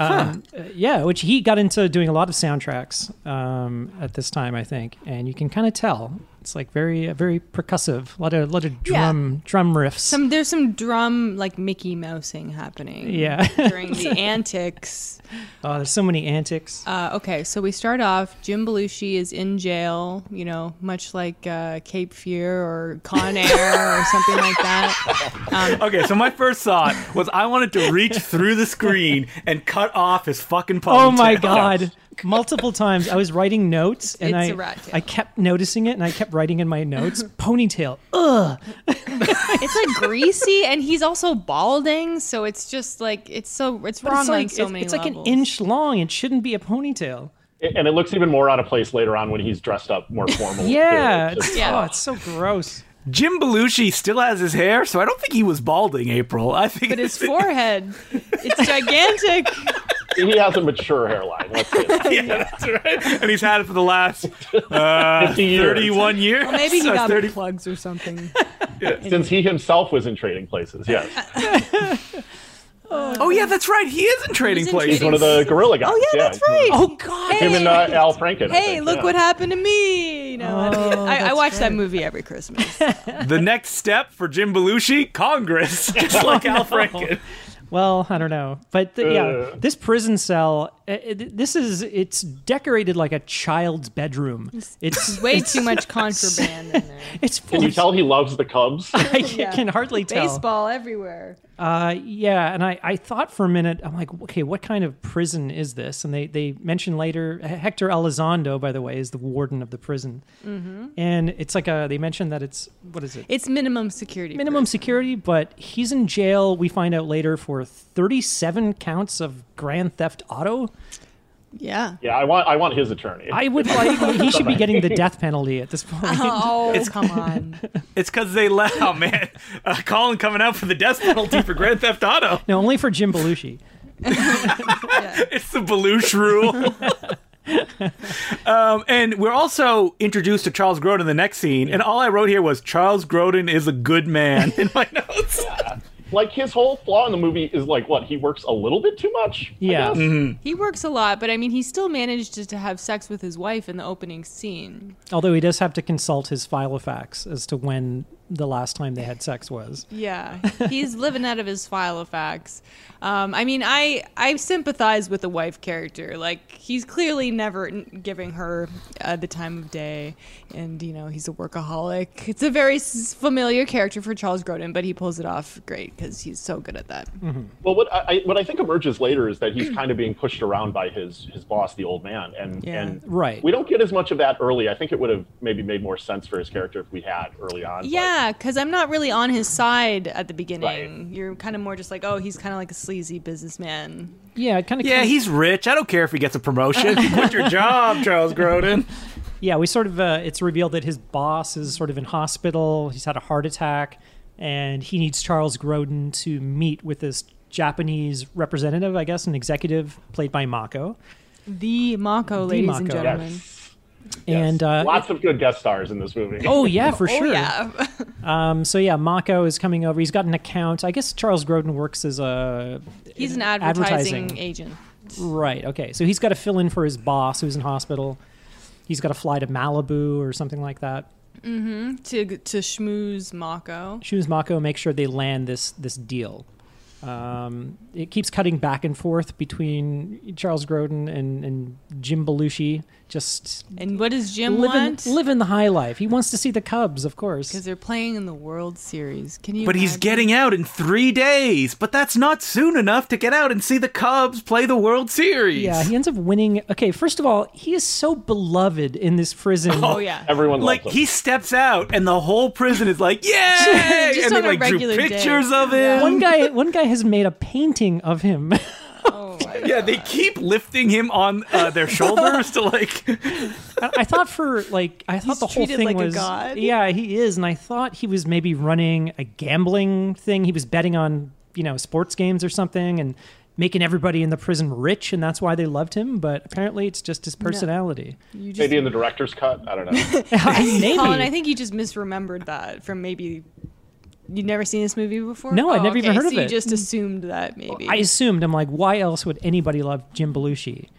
[SPEAKER 3] Um, uh, yeah, which he got into doing a lot of soundtracks um, at this time, I think, and you can kind of tell it's like very, uh, very percussive, a lot of, lot of
[SPEAKER 1] Yeah.
[SPEAKER 3] drum, drum riffs.
[SPEAKER 1] Some there's some drum like Mickey Mousing happening.
[SPEAKER 3] Yeah.
[SPEAKER 1] during the antics.
[SPEAKER 3] oh, there's so many antics.
[SPEAKER 1] Uh, okay, so we start off. Jim Belushi is in jail. You know, much like uh, Cape Fear or Con Air or something like that.
[SPEAKER 2] okay, so my first thought was I wanted to reach through the screen and cut off his fucking ponytail.
[SPEAKER 3] Oh my god. Multiple times I was writing notes and
[SPEAKER 1] It's
[SPEAKER 3] I
[SPEAKER 1] a rat tail.
[SPEAKER 3] I kept noticing it and I kept writing in my notes ponytail.
[SPEAKER 1] It's like greasy, and he's also balding, so it's just like it's so it's
[SPEAKER 3] But
[SPEAKER 1] wrong
[SPEAKER 3] it's
[SPEAKER 1] on
[SPEAKER 3] like
[SPEAKER 1] so
[SPEAKER 3] it's,
[SPEAKER 1] many
[SPEAKER 3] it's like an
[SPEAKER 1] levels.
[SPEAKER 3] inch long. It shouldn't be a ponytail.
[SPEAKER 4] And it looks even more out of place later on when he's dressed up more formal.
[SPEAKER 3] Yeah.
[SPEAKER 4] It's
[SPEAKER 3] It's,
[SPEAKER 4] just- uh,
[SPEAKER 1] Yeah.
[SPEAKER 3] Oh, it's so gross.
[SPEAKER 2] Jim Belushi still has his hair, so I don't think he was balding, April. I think
[SPEAKER 1] But his forehead, it's gigantic.
[SPEAKER 4] he has a mature hairline. Let's say that.
[SPEAKER 2] Yeah, that's right. And he's had it for the last uh,
[SPEAKER 4] 50 years.
[SPEAKER 2] 31 years.
[SPEAKER 1] Maybe he
[SPEAKER 2] or
[SPEAKER 1] got
[SPEAKER 2] 30
[SPEAKER 1] plugs or something.
[SPEAKER 4] Since he himself was in Trading Places, yes.
[SPEAKER 2] Oh yeah, that's right. He is in Trading
[SPEAKER 1] in
[SPEAKER 2] Places.
[SPEAKER 4] He's one of the gorilla guys.
[SPEAKER 1] Oh yeah, that's
[SPEAKER 4] he's one of-
[SPEAKER 1] right.
[SPEAKER 2] Oh god.
[SPEAKER 1] Hey.
[SPEAKER 4] Him and uh, Al Franken. I
[SPEAKER 1] Hey,
[SPEAKER 4] think,
[SPEAKER 1] look
[SPEAKER 4] yeah.
[SPEAKER 1] what happened to me! You know, I-
[SPEAKER 3] Oh,
[SPEAKER 1] I, I
[SPEAKER 3] that's
[SPEAKER 1] watch that movie every Christmas.
[SPEAKER 2] The next step for Jim Belushi, Congress, just like Al Franken.
[SPEAKER 3] Well, I don't know, but the, yeah,
[SPEAKER 4] Uh.
[SPEAKER 3] this prison cell. uh, uh, this is it's decorated like a child's bedroom. It's
[SPEAKER 1] Way too much contraband in there.
[SPEAKER 3] it's full.
[SPEAKER 4] Can you
[SPEAKER 3] of-
[SPEAKER 4] tell he loves the Cubs?
[SPEAKER 3] I can, can hardly tell.
[SPEAKER 1] Baseball everywhere.
[SPEAKER 3] Uh, yeah, and I, I thought for a minute, I'm like, okay, what kind of prison is this? And they, they mention later, Hector Elizondo, by the way, is the warden of the prison. And it's like a, they mentioned that it's, what is it?
[SPEAKER 1] It's minimum security.
[SPEAKER 3] Minimum security, but he's in jail, we find out later, for 37 counts of grand theft auto.
[SPEAKER 1] prison. Yeah.
[SPEAKER 4] yeah, I want I want his attorney.
[SPEAKER 3] I would like, he should be getting the death penalty at this point.
[SPEAKER 1] Oh, come on.
[SPEAKER 2] It's because they left. Oh man, uh, Colin coming out for the death penalty for Grand Theft Auto.
[SPEAKER 3] No, only for Jim Belushi.
[SPEAKER 2] It's the Belushi rule. um, and we're also introduced to Charles Grodin in the next scene. And all I wrote here was Charles Grodin is a good man in my notes.
[SPEAKER 4] like his whole flaw in the movie is like what he works a little bit too much. I
[SPEAKER 3] Yeah. Mm-hmm.
[SPEAKER 4] guess?
[SPEAKER 1] He works a lot, but I mean, he still managed to- to have sex with his wife in the opening scene.
[SPEAKER 3] Although he does have to consult his filofax as to when the last time they had sex was.
[SPEAKER 1] Yeah, he's living out of his file of facts. Um, I mean, I I sympathize with the wife character. Like he's clearly never n- giving her uh, the time of day, and you know he's a workaholic. It's a very s- familiar character for Charles Grodin, but he pulls it off great because he's so good at that.
[SPEAKER 4] Well, what I I- what I think emerges later is that he's kind of being pushed around by his his boss, the old man, and
[SPEAKER 1] Yeah.
[SPEAKER 4] and
[SPEAKER 3] Right.
[SPEAKER 4] We don't get as much of that early. I think it would have maybe made more sense for his character if we had early on. but-
[SPEAKER 1] Yeah, because I'm not really on his side at the beginning. You're kind of more just like, oh, he's kind of like a sleazy businessman.
[SPEAKER 3] Yeah, it kind of.
[SPEAKER 2] yeah, he's rich. I don't care if he gets a promotion. Quit your job, Charles Grodin.
[SPEAKER 3] Yeah, we sort of. Uh, it's revealed that his boss is sort of in hospital. He's had a heart attack, and he needs Charles Grodin to meet with this Japanese representative, I guess, an executive played by Mako.
[SPEAKER 1] The Mako, ladies and
[SPEAKER 3] Mako.
[SPEAKER 1] gentlemen.
[SPEAKER 4] Yes.
[SPEAKER 3] And uh,
[SPEAKER 4] Lots of good guest stars in this movie.
[SPEAKER 3] oh yeah, for
[SPEAKER 1] Oh
[SPEAKER 3] sure.
[SPEAKER 1] yeah.
[SPEAKER 3] Um, so yeah, Mako is coming over. He's got an account. I guess Charles Grodin works as a
[SPEAKER 1] He's an advertising. agent.
[SPEAKER 3] Right. Okay. So he's got to fill in for his boss who's in hospital. He's got to fly to Malibu or something like that.
[SPEAKER 1] to to schmooze Mako.
[SPEAKER 3] Shoes Mako make sure they land this this deal. Um, it keeps cutting back and forth between Charles Grodin and, and Jim Belushi, just
[SPEAKER 1] And what does Jim
[SPEAKER 3] living,
[SPEAKER 1] want?
[SPEAKER 3] living the high life. He wants to see the Cubs, of course.
[SPEAKER 1] because they're playing in the World Series. Can you?
[SPEAKER 2] But he's
[SPEAKER 1] imagine?
[SPEAKER 2] getting out in three days. But that's not soon enough to get out and see the Cubs play the World Series.
[SPEAKER 3] Yeah, he ends up winning. Okay, first of all, he is so beloved in this prison.
[SPEAKER 1] Oh yeah.
[SPEAKER 4] Everyone
[SPEAKER 2] like
[SPEAKER 4] loves him.
[SPEAKER 2] he steps out and the whole prison is like, "Yay!"
[SPEAKER 1] Just
[SPEAKER 2] and
[SPEAKER 1] on
[SPEAKER 2] they
[SPEAKER 1] a
[SPEAKER 2] like drew
[SPEAKER 1] regular day.
[SPEAKER 2] pictures of him.
[SPEAKER 3] One guy, one guy has made a painting of him.
[SPEAKER 1] Oh my
[SPEAKER 2] Yeah, they keep lifting him on uh, their shoulders to like.
[SPEAKER 3] I I thought for like I thought
[SPEAKER 1] He's
[SPEAKER 3] the whole
[SPEAKER 1] treated
[SPEAKER 3] thing
[SPEAKER 1] like a
[SPEAKER 3] was
[SPEAKER 1] god.
[SPEAKER 3] yeah he is and I thought he was maybe running a gambling thing he was betting on you know sports games or something and making everybody in the prison rich and that's why they loved him but apparently it's just his personality
[SPEAKER 1] You just,
[SPEAKER 4] maybe in the director's cut. I don't know.
[SPEAKER 3] maybe
[SPEAKER 1] Colin, I think you just misremembered that from maybe. You've never seen this movie before? Oh,
[SPEAKER 3] No, I'd never even
[SPEAKER 1] okay,
[SPEAKER 3] heard
[SPEAKER 1] so
[SPEAKER 3] of it.
[SPEAKER 1] You just assumed that maybe.
[SPEAKER 3] I assumed I'm like why else would anybody love Jim Belushi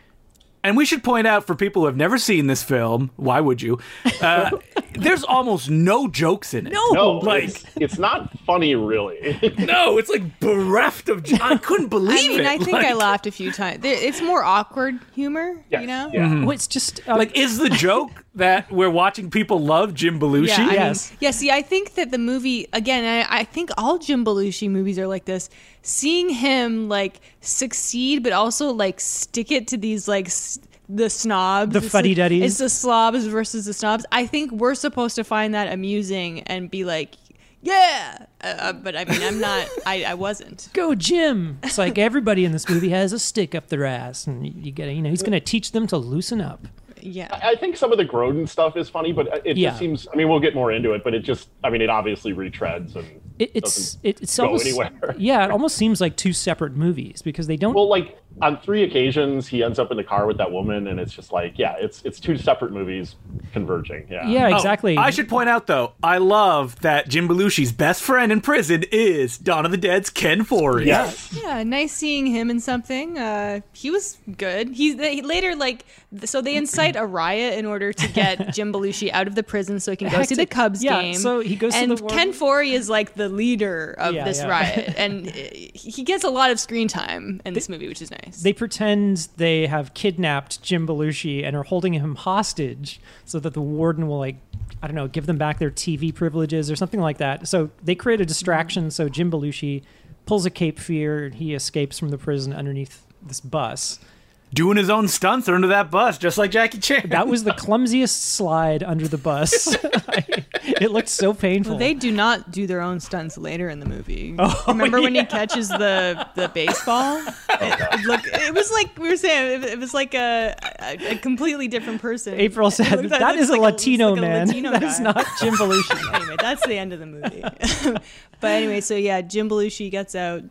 [SPEAKER 2] And we should point out for people who have never seen this film, why would you? Uh, there's almost no jokes in it. No,
[SPEAKER 4] No,
[SPEAKER 2] Like-
[SPEAKER 4] it's, it's not funny really.
[SPEAKER 2] no, it's like bereft of. jo- I couldn't believe
[SPEAKER 1] I mean,
[SPEAKER 2] it.
[SPEAKER 1] I think I
[SPEAKER 2] Like-
[SPEAKER 1] laughed a few times. There- It's more awkward humor,
[SPEAKER 4] Yes,
[SPEAKER 1] you know?
[SPEAKER 4] yeah.
[SPEAKER 3] well, it's just uh,
[SPEAKER 2] Like, is the joke that we're watching people love Jim Belushi?
[SPEAKER 1] Yeah, I mean-
[SPEAKER 3] Yes.
[SPEAKER 1] yeah, see, I think that the movie, again, I, I think all Jim Belushi movies are like this. Seeing him, like, succeed, but also, like, stick it to these, like, s- the snobs.
[SPEAKER 3] The
[SPEAKER 1] It's like-
[SPEAKER 3] fuddy-duddies.
[SPEAKER 1] It's the slobs versus the snobs. I think we're supposed to find that amusing and be like, yeah. Uh, Uh, but I mean, I'm not, I, I wasn't.
[SPEAKER 3] go Jim it's like everybody in this movie has a stick up their ass and you, you gotta you know he's gonna teach them to loosen up
[SPEAKER 1] Yeah.
[SPEAKER 4] I think some of the Grodin stuff is funny, but it
[SPEAKER 3] Yeah.
[SPEAKER 4] just seems. I mean, we'll get more into it, but it just. I mean, it obviously retreads and
[SPEAKER 3] it, it's
[SPEAKER 4] doesn't
[SPEAKER 3] it, it's
[SPEAKER 4] go
[SPEAKER 3] almost
[SPEAKER 4] anywhere.
[SPEAKER 3] yeah it almost seems like two separate movies because they don't
[SPEAKER 4] Well, like on three occasions he ends up in the car with that woman, and it's just like, yeah, it's it's two separate movies converging. Yeah.
[SPEAKER 3] Yeah,
[SPEAKER 2] Oh,
[SPEAKER 3] exactly.
[SPEAKER 2] I should point out though, I love that Jim Belushi's best friend in prison is Dawn of the Dead's Ken Forey.
[SPEAKER 4] Yes.
[SPEAKER 1] Yeah, nice seeing him in something. Uh, he was good. He's they, later like th- so they incite a riot in order to get Jim Belushi out of the prison so he can go see the
[SPEAKER 3] Hectic.
[SPEAKER 1] Cubs
[SPEAKER 3] Yeah,
[SPEAKER 1] game.
[SPEAKER 3] so he goes to
[SPEAKER 1] and
[SPEAKER 3] the war-
[SPEAKER 1] Ken Forey is like the leader of
[SPEAKER 3] Yeah,
[SPEAKER 1] this
[SPEAKER 3] yeah.
[SPEAKER 1] riot, and uh, he gets a lot of screen time in this movie, which is nice.
[SPEAKER 3] they pretend they have kidnapped Jim Belushi and are holding him hostage so that the warden will like I don't know, give them back their TV privileges or something like that. So they create a distraction so Jim Belushi pulls a cape fear and he escapes from the prison underneath this bus.
[SPEAKER 2] Doing his own stunts under that bus, just like Jackie Chan.
[SPEAKER 3] That was the clumsiest slide under the bus. it looked so painful.
[SPEAKER 1] Well, they do not do their own stunts later in the movie.
[SPEAKER 3] Oh,
[SPEAKER 1] Remember when he catches the the baseball? It, look, it was like we were saying. It, it was like a, a a completely different person.
[SPEAKER 3] April
[SPEAKER 1] It
[SPEAKER 3] said,
[SPEAKER 1] looked-
[SPEAKER 3] "That
[SPEAKER 1] looks
[SPEAKER 3] is a
[SPEAKER 1] like looks
[SPEAKER 3] Latino
[SPEAKER 1] like a
[SPEAKER 3] man.
[SPEAKER 1] Latino
[SPEAKER 3] that is
[SPEAKER 1] guy."
[SPEAKER 3] not Jim Belushi."
[SPEAKER 1] anyway, that's the end of the movie. but anyway, so yeah, Jim Belushi gets out.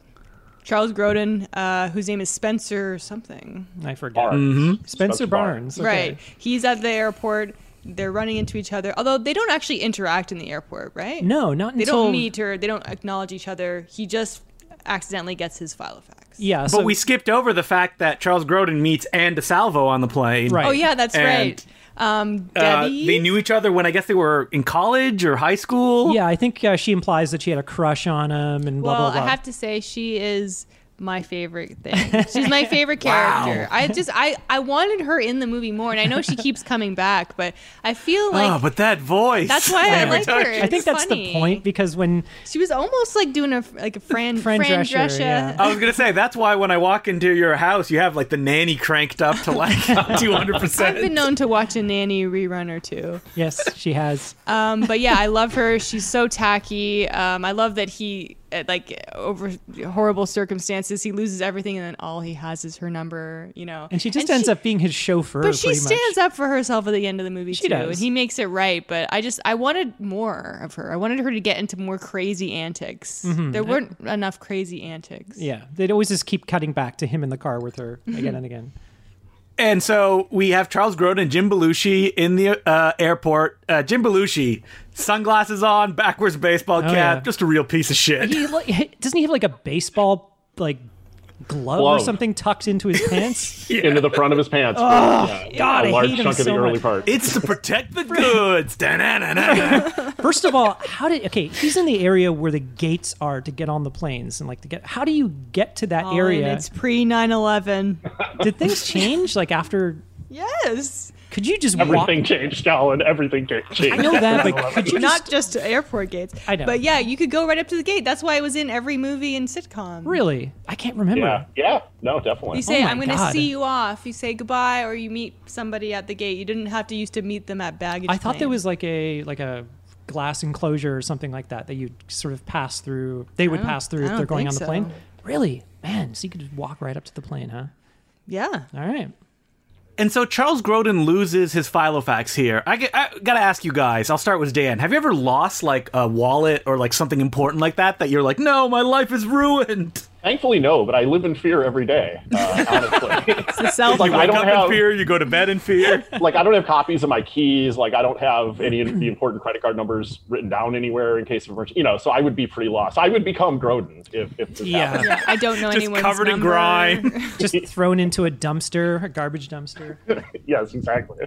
[SPEAKER 1] Charles Grodin, uh, whose name is Spencer something,
[SPEAKER 3] I forget.
[SPEAKER 4] Barnes.
[SPEAKER 3] Spencer
[SPEAKER 4] Spencer
[SPEAKER 3] Barnes.
[SPEAKER 4] Barnes.
[SPEAKER 3] okay.
[SPEAKER 1] right? He's at the airport. They're running into each other, although they don't actually interact in the airport, right?
[SPEAKER 3] No, not
[SPEAKER 1] they
[SPEAKER 3] until
[SPEAKER 1] don't meet her. They don't acknowledge each other. He just accidentally gets his filofax.
[SPEAKER 3] Yeah,
[SPEAKER 2] but we skipped over the fact that Charles Grodin meets Anne DeSalvo on the plane.
[SPEAKER 3] Right.
[SPEAKER 1] Oh yeah, that's
[SPEAKER 2] And,
[SPEAKER 1] right. Um,
[SPEAKER 2] Uh,
[SPEAKER 1] Debbie.
[SPEAKER 2] they knew each other when I guess they were in college or high school.
[SPEAKER 3] Yeah, I think uh, she implies that she had a crush on him and blah
[SPEAKER 1] well,
[SPEAKER 3] blah blah.
[SPEAKER 1] I have to say she is my favorite thing. She's my favorite character. I just I I wanted her in the movie more, and I know she keeps coming back, but I feel like
[SPEAKER 2] oh, but that voice.
[SPEAKER 1] that's why I
[SPEAKER 2] Every
[SPEAKER 1] like her.
[SPEAKER 2] time-
[SPEAKER 3] I think
[SPEAKER 1] It's
[SPEAKER 3] that's
[SPEAKER 1] funny.
[SPEAKER 3] the point because when
[SPEAKER 1] She was almost like doing a like a Fran
[SPEAKER 3] Fran
[SPEAKER 1] Fran,
[SPEAKER 3] Drescher,
[SPEAKER 1] Drescher.
[SPEAKER 3] yeah.
[SPEAKER 2] I was gonna say that's why when I walk into your house, you have like the nanny cranked up to like two hundred
[SPEAKER 1] I've been
[SPEAKER 2] percent.
[SPEAKER 1] known to watch a nanny rerun or two.
[SPEAKER 3] yes, she has
[SPEAKER 1] Um, but yeah, I love her. She's so tacky. Um, I love that he, uh, like, over horrible circumstances, he loses everything, and then all he has is her number. You know,
[SPEAKER 3] and she just ends up being his chauffeur.
[SPEAKER 1] But she
[SPEAKER 3] pretty
[SPEAKER 1] stands
[SPEAKER 3] much.
[SPEAKER 1] up for herself at the end of the movie
[SPEAKER 3] She
[SPEAKER 1] too,
[SPEAKER 3] does.
[SPEAKER 1] and he makes it right. But I just I wanted more of her. I wanted her to get into more crazy antics. There weren't enough crazy antics.
[SPEAKER 3] Mm-hmm. Yeah, they'd always just keep cutting back to him in the car with her again and again.
[SPEAKER 2] And so we have Charles Grodin and Jim Belushi in the uh, airport. Uh, Jim Belushi, sunglasses on, backwards baseball cap,
[SPEAKER 3] Oh, yeah.
[SPEAKER 2] just a real piece of shit.
[SPEAKER 3] He like, doesn't he have like a baseball like glove, or
[SPEAKER 4] Glove.
[SPEAKER 3] something tucked into his pants?
[SPEAKER 4] Into the front of his pants. yeah.
[SPEAKER 3] God,
[SPEAKER 4] a
[SPEAKER 3] I
[SPEAKER 4] large
[SPEAKER 3] hate him
[SPEAKER 4] chunk of the
[SPEAKER 3] so
[SPEAKER 4] early
[SPEAKER 3] much.
[SPEAKER 4] part.
[SPEAKER 2] It's to protect the goods. Da-na-na-na-na.
[SPEAKER 3] First of all, how did okay? He's in the area where the gates are to get on the planes and like to get. How do you get to that area?
[SPEAKER 1] Oh, And it's pre 9-11.
[SPEAKER 3] Did things change like after?
[SPEAKER 1] yes,
[SPEAKER 3] Could you just walk?
[SPEAKER 4] Everything changed, Colin. Everything cha- changed.
[SPEAKER 3] I know that, but could you
[SPEAKER 1] not just airport gates.
[SPEAKER 3] I know.
[SPEAKER 1] but yeah, you could go right up to the gate. That's why it was in every movie and sitcom.
[SPEAKER 3] Really? I can't remember.
[SPEAKER 4] Yeah. Yeah. No, definitely.
[SPEAKER 1] You say,
[SPEAKER 3] my
[SPEAKER 1] I'm going to
[SPEAKER 3] God.
[SPEAKER 1] see you off. You say goodbye, or you meet somebody at the gate. You didn't have to used to meet them at baggage.
[SPEAKER 3] I thought there
[SPEAKER 1] claim.
[SPEAKER 3] was like a like a glass enclosure or something like that that you'd sort of pass through. They would
[SPEAKER 1] don't-
[SPEAKER 3] pass
[SPEAKER 1] I
[SPEAKER 3] through if they're
[SPEAKER 1] don't
[SPEAKER 3] going
[SPEAKER 1] think
[SPEAKER 3] on
[SPEAKER 1] so.
[SPEAKER 3] the plane. Really? Man, so you could just walk right up to the plane, huh?
[SPEAKER 1] Yeah.
[SPEAKER 3] All right.
[SPEAKER 2] and so Charles Grodin loses his Filofax here. I, get- I gotta ask you guys. I'll start with Dan. Have you ever lost like a wallet or like something important like that that you're like, no, my life is ruined.
[SPEAKER 4] Thankfully, no, but I live in fear every day, uh, honestly.
[SPEAKER 1] The cell
[SPEAKER 4] Like,
[SPEAKER 1] phone.
[SPEAKER 4] I don't have,
[SPEAKER 2] You go to bed in fear.
[SPEAKER 4] like, I don't have copies of my keys. Like, I don't have any of the important credit card numbers written down anywhere in case of emergency. You know, so I would be pretty lost. I would become Groden if, if this
[SPEAKER 3] Yeah.
[SPEAKER 4] happened.
[SPEAKER 1] Yeah, I don't know
[SPEAKER 2] Just
[SPEAKER 1] anyone's
[SPEAKER 2] covered in
[SPEAKER 1] number.
[SPEAKER 2] grime.
[SPEAKER 3] Just thrown into a dumpster, a garbage dumpster.
[SPEAKER 4] Yes, exactly.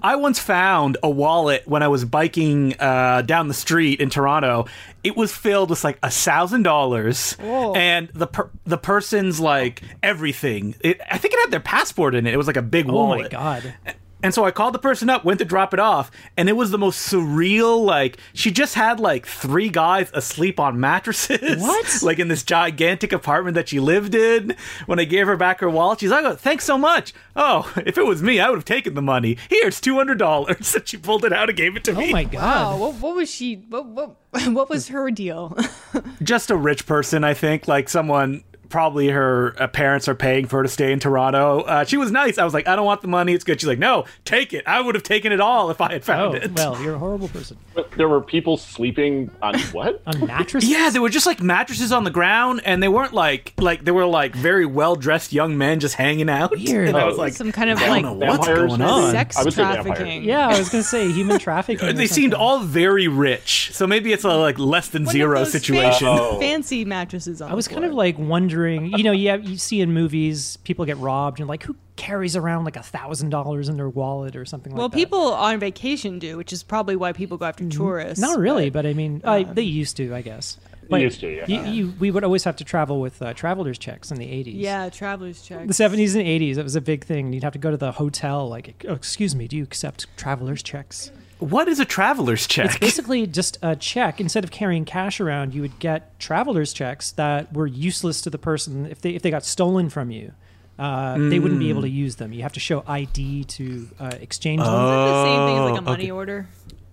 [SPEAKER 2] I once found a wallet when I was biking uh, down the street in Toronto. It was filled with like a thousand dollars and the per- the person's like everything. It, I think it had their passport in it. It was like a big
[SPEAKER 3] Oh
[SPEAKER 2] wallet.
[SPEAKER 3] my god.
[SPEAKER 2] And so I called the person up, went to drop it off, and it was the most surreal. Like she just had like three guys asleep on mattresses,
[SPEAKER 3] What?
[SPEAKER 2] like in this gigantic apartment that she lived in. When I gave her back her wallet, she's like, oh, "Thanks so much." Oh, if it was me, I would have taken the money. Here's two hundred dollars. And she pulled it out and gave it to
[SPEAKER 3] Oh
[SPEAKER 2] me.
[SPEAKER 3] my
[SPEAKER 1] Wow,
[SPEAKER 3] god.
[SPEAKER 1] what, what was she? What, what, what was her deal?
[SPEAKER 2] Just a rich person, I think, like someone probably her uh, parents are paying for her to stay in Toronto. Uh, she was nice. I was like, I don't want the money. It's good. She's like, no, take it. I would have taken it all if I had
[SPEAKER 3] Oh,
[SPEAKER 2] found it.
[SPEAKER 3] well, you're a horrible person.
[SPEAKER 4] But there were people sleeping on what?
[SPEAKER 3] On mattresses?
[SPEAKER 2] Yeah, they were just like mattresses on the ground, and they weren't like like they were like very well dressed young men just hanging out.
[SPEAKER 3] Weird.
[SPEAKER 2] And I was
[SPEAKER 4] Oh.
[SPEAKER 2] like,
[SPEAKER 1] Some kind of
[SPEAKER 2] I
[SPEAKER 1] like
[SPEAKER 2] don't know what's
[SPEAKER 4] vampires
[SPEAKER 2] going
[SPEAKER 4] or
[SPEAKER 2] on.
[SPEAKER 1] sex
[SPEAKER 4] I would say vampire.
[SPEAKER 1] trafficking.
[SPEAKER 3] Yeah, I was gonna say human trafficking. or
[SPEAKER 2] They seemed
[SPEAKER 3] something.
[SPEAKER 2] all very rich, so maybe it's a like less than
[SPEAKER 1] One of
[SPEAKER 2] zero
[SPEAKER 1] those
[SPEAKER 2] situation.
[SPEAKER 1] Fancy,
[SPEAKER 4] Oh.
[SPEAKER 1] fancy mattresses on.
[SPEAKER 3] I was
[SPEAKER 1] the
[SPEAKER 3] kind of
[SPEAKER 1] floor.
[SPEAKER 3] like wondering, you know, yeah, you see in movies people get robbed, and like who carries around like a thousand dollars in their wallet or something
[SPEAKER 1] Well,
[SPEAKER 3] like that. Mm-hmm.
[SPEAKER 1] people on vacation do, which is probably why people go after tourists.
[SPEAKER 3] not really, but, I mean, I, they used to, I guess. But
[SPEAKER 4] used to, yeah.
[SPEAKER 3] You, you, we would always have to travel with uh, travelers checks in the '80s.
[SPEAKER 1] Yeah, travelers check.
[SPEAKER 3] the 70s and 80s it was a big thing you'd have to go to the hotel like "Oh, excuse me do you accept travelers checks
[SPEAKER 2] What is a traveler's check?
[SPEAKER 3] basically just a check instead of carrying cash around you would get travelers checks that were useless to the person if they if they got stolen from you uh, they wouldn't be able to use them you have to show id to uh, exchange them
[SPEAKER 1] Isn't the same thing as like a
[SPEAKER 2] Oh,
[SPEAKER 1] money
[SPEAKER 2] okay.
[SPEAKER 1] order.